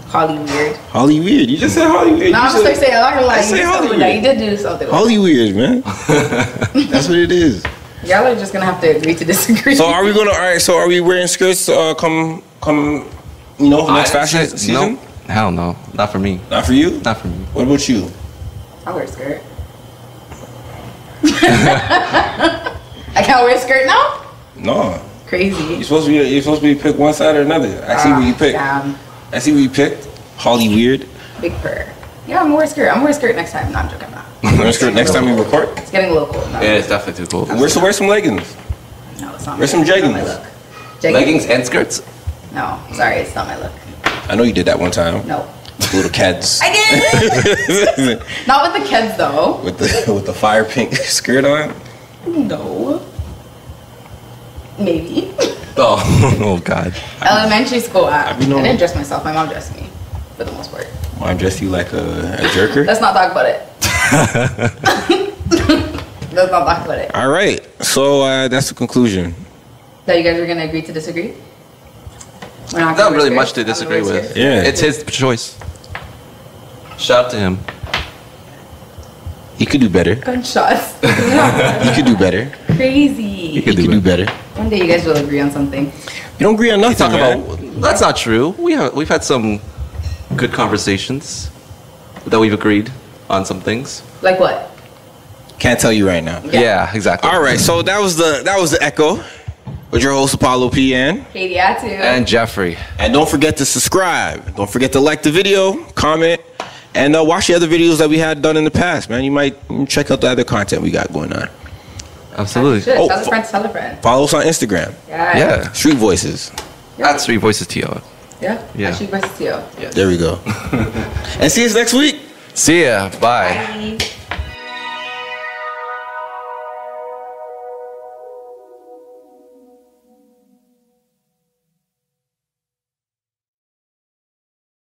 [SPEAKER 2] Holly weird.
[SPEAKER 1] Hollywood. You just said Hollywood.
[SPEAKER 2] No, I'm just like saying. I'm not gonna lie.
[SPEAKER 1] I
[SPEAKER 2] You
[SPEAKER 1] say
[SPEAKER 2] did something with
[SPEAKER 1] Hollywood.
[SPEAKER 2] that. You did do something. with
[SPEAKER 1] Hollywood, man. That's what it is.
[SPEAKER 2] that. Y'all are just gonna have to agree to disagree.
[SPEAKER 1] So are we gonna? All right. So are we wearing skirts? Uh, come, come. You know, for next
[SPEAKER 3] I-
[SPEAKER 1] fashion
[SPEAKER 3] shit,
[SPEAKER 1] season?
[SPEAKER 3] No, hell no, not for me.
[SPEAKER 1] Not for you?
[SPEAKER 3] Not for me.
[SPEAKER 1] What about you?
[SPEAKER 2] I'll wear a skirt. I can't wear a skirt now?
[SPEAKER 1] No. You're
[SPEAKER 2] Crazy.
[SPEAKER 1] supposed to be you're supposed to be pick one side or another. I see what you
[SPEAKER 2] Ah,
[SPEAKER 1] picked.
[SPEAKER 2] damn.
[SPEAKER 1] I see what you picked. Holly weird.
[SPEAKER 2] Big purr. Yeah, I'm gonna wear a skirt. I'm gonna wear a skirt next time. No, I'm joking. I'm not.
[SPEAKER 1] Wear a skirt next time we record.
[SPEAKER 2] It's getting a little cold. No,
[SPEAKER 3] Yeah, it's definitely too cold.
[SPEAKER 1] Wear some wear some leggings.
[SPEAKER 2] no it's not.
[SPEAKER 1] Wear
[SPEAKER 2] my-
[SPEAKER 1] some
[SPEAKER 2] it's not my
[SPEAKER 1] jeggings.
[SPEAKER 2] look.
[SPEAKER 3] Leggings and skirts.
[SPEAKER 2] No, sorry, it's not my look.
[SPEAKER 1] I know you did that one time.
[SPEAKER 2] No.
[SPEAKER 1] Little kids
[SPEAKER 2] I did!
[SPEAKER 1] with
[SPEAKER 2] not with the kids, though.
[SPEAKER 1] the with the fire pink skirt on.
[SPEAKER 2] No. Maybe.
[SPEAKER 3] Oh, oh God.
[SPEAKER 2] Elementary school, I, I
[SPEAKER 1] I've been on-
[SPEAKER 2] didn't dress myself. My mom dressed me, for the most part.
[SPEAKER 1] Mom dressed you like a, a jerker.
[SPEAKER 2] Let's not talk about it. Let's not talk about it.
[SPEAKER 1] All right. So uh, that's the conclusion.
[SPEAKER 2] That you guys are gonna agree to disagree? We're not
[SPEAKER 3] Not
[SPEAKER 2] gonna
[SPEAKER 3] really
[SPEAKER 2] agree.
[SPEAKER 3] much to
[SPEAKER 2] I'm gonna
[SPEAKER 3] disagree
[SPEAKER 2] wear
[SPEAKER 3] with.
[SPEAKER 2] skirts.
[SPEAKER 1] Yeah.
[SPEAKER 3] It's his choice. Shout out to him.
[SPEAKER 1] He could do better.
[SPEAKER 2] Gunshots.
[SPEAKER 1] He could do better.
[SPEAKER 2] Crazy.
[SPEAKER 1] He could do better.
[SPEAKER 2] One day you guys will agree on something.
[SPEAKER 1] You don't agree on nothing.
[SPEAKER 3] Talk
[SPEAKER 1] man.
[SPEAKER 3] about that's not true. We have we've had some good conversations that we've agreed on some things.
[SPEAKER 2] Like what?
[SPEAKER 1] Can't tell you right now.
[SPEAKER 2] Yeah.
[SPEAKER 3] Yeah, exactly.
[SPEAKER 1] All right. So that was the that was the echo with your host Apollo PN.
[SPEAKER 2] Katie Atu.
[SPEAKER 3] And Jeffrey.
[SPEAKER 1] And don't forget to subscribe. Don't forget to like the video, comment, and uh, watch the other videos that we had done in the past. Man, you might check out the other content we got going on.
[SPEAKER 3] Absolutely.
[SPEAKER 2] Shit,
[SPEAKER 1] Oh,
[SPEAKER 2] tell a
[SPEAKER 1] fu-
[SPEAKER 2] friend to tell a friend.
[SPEAKER 1] Follow us on Instagram,
[SPEAKER 2] Yeah.
[SPEAKER 3] Yeah.
[SPEAKER 1] Street Voices.
[SPEAKER 3] That's three voices to
[SPEAKER 2] Yeah.
[SPEAKER 3] Yeah.
[SPEAKER 2] Actually, best to you.
[SPEAKER 1] There we go. and see us next week.
[SPEAKER 3] See ya. Bye.
[SPEAKER 2] Bye.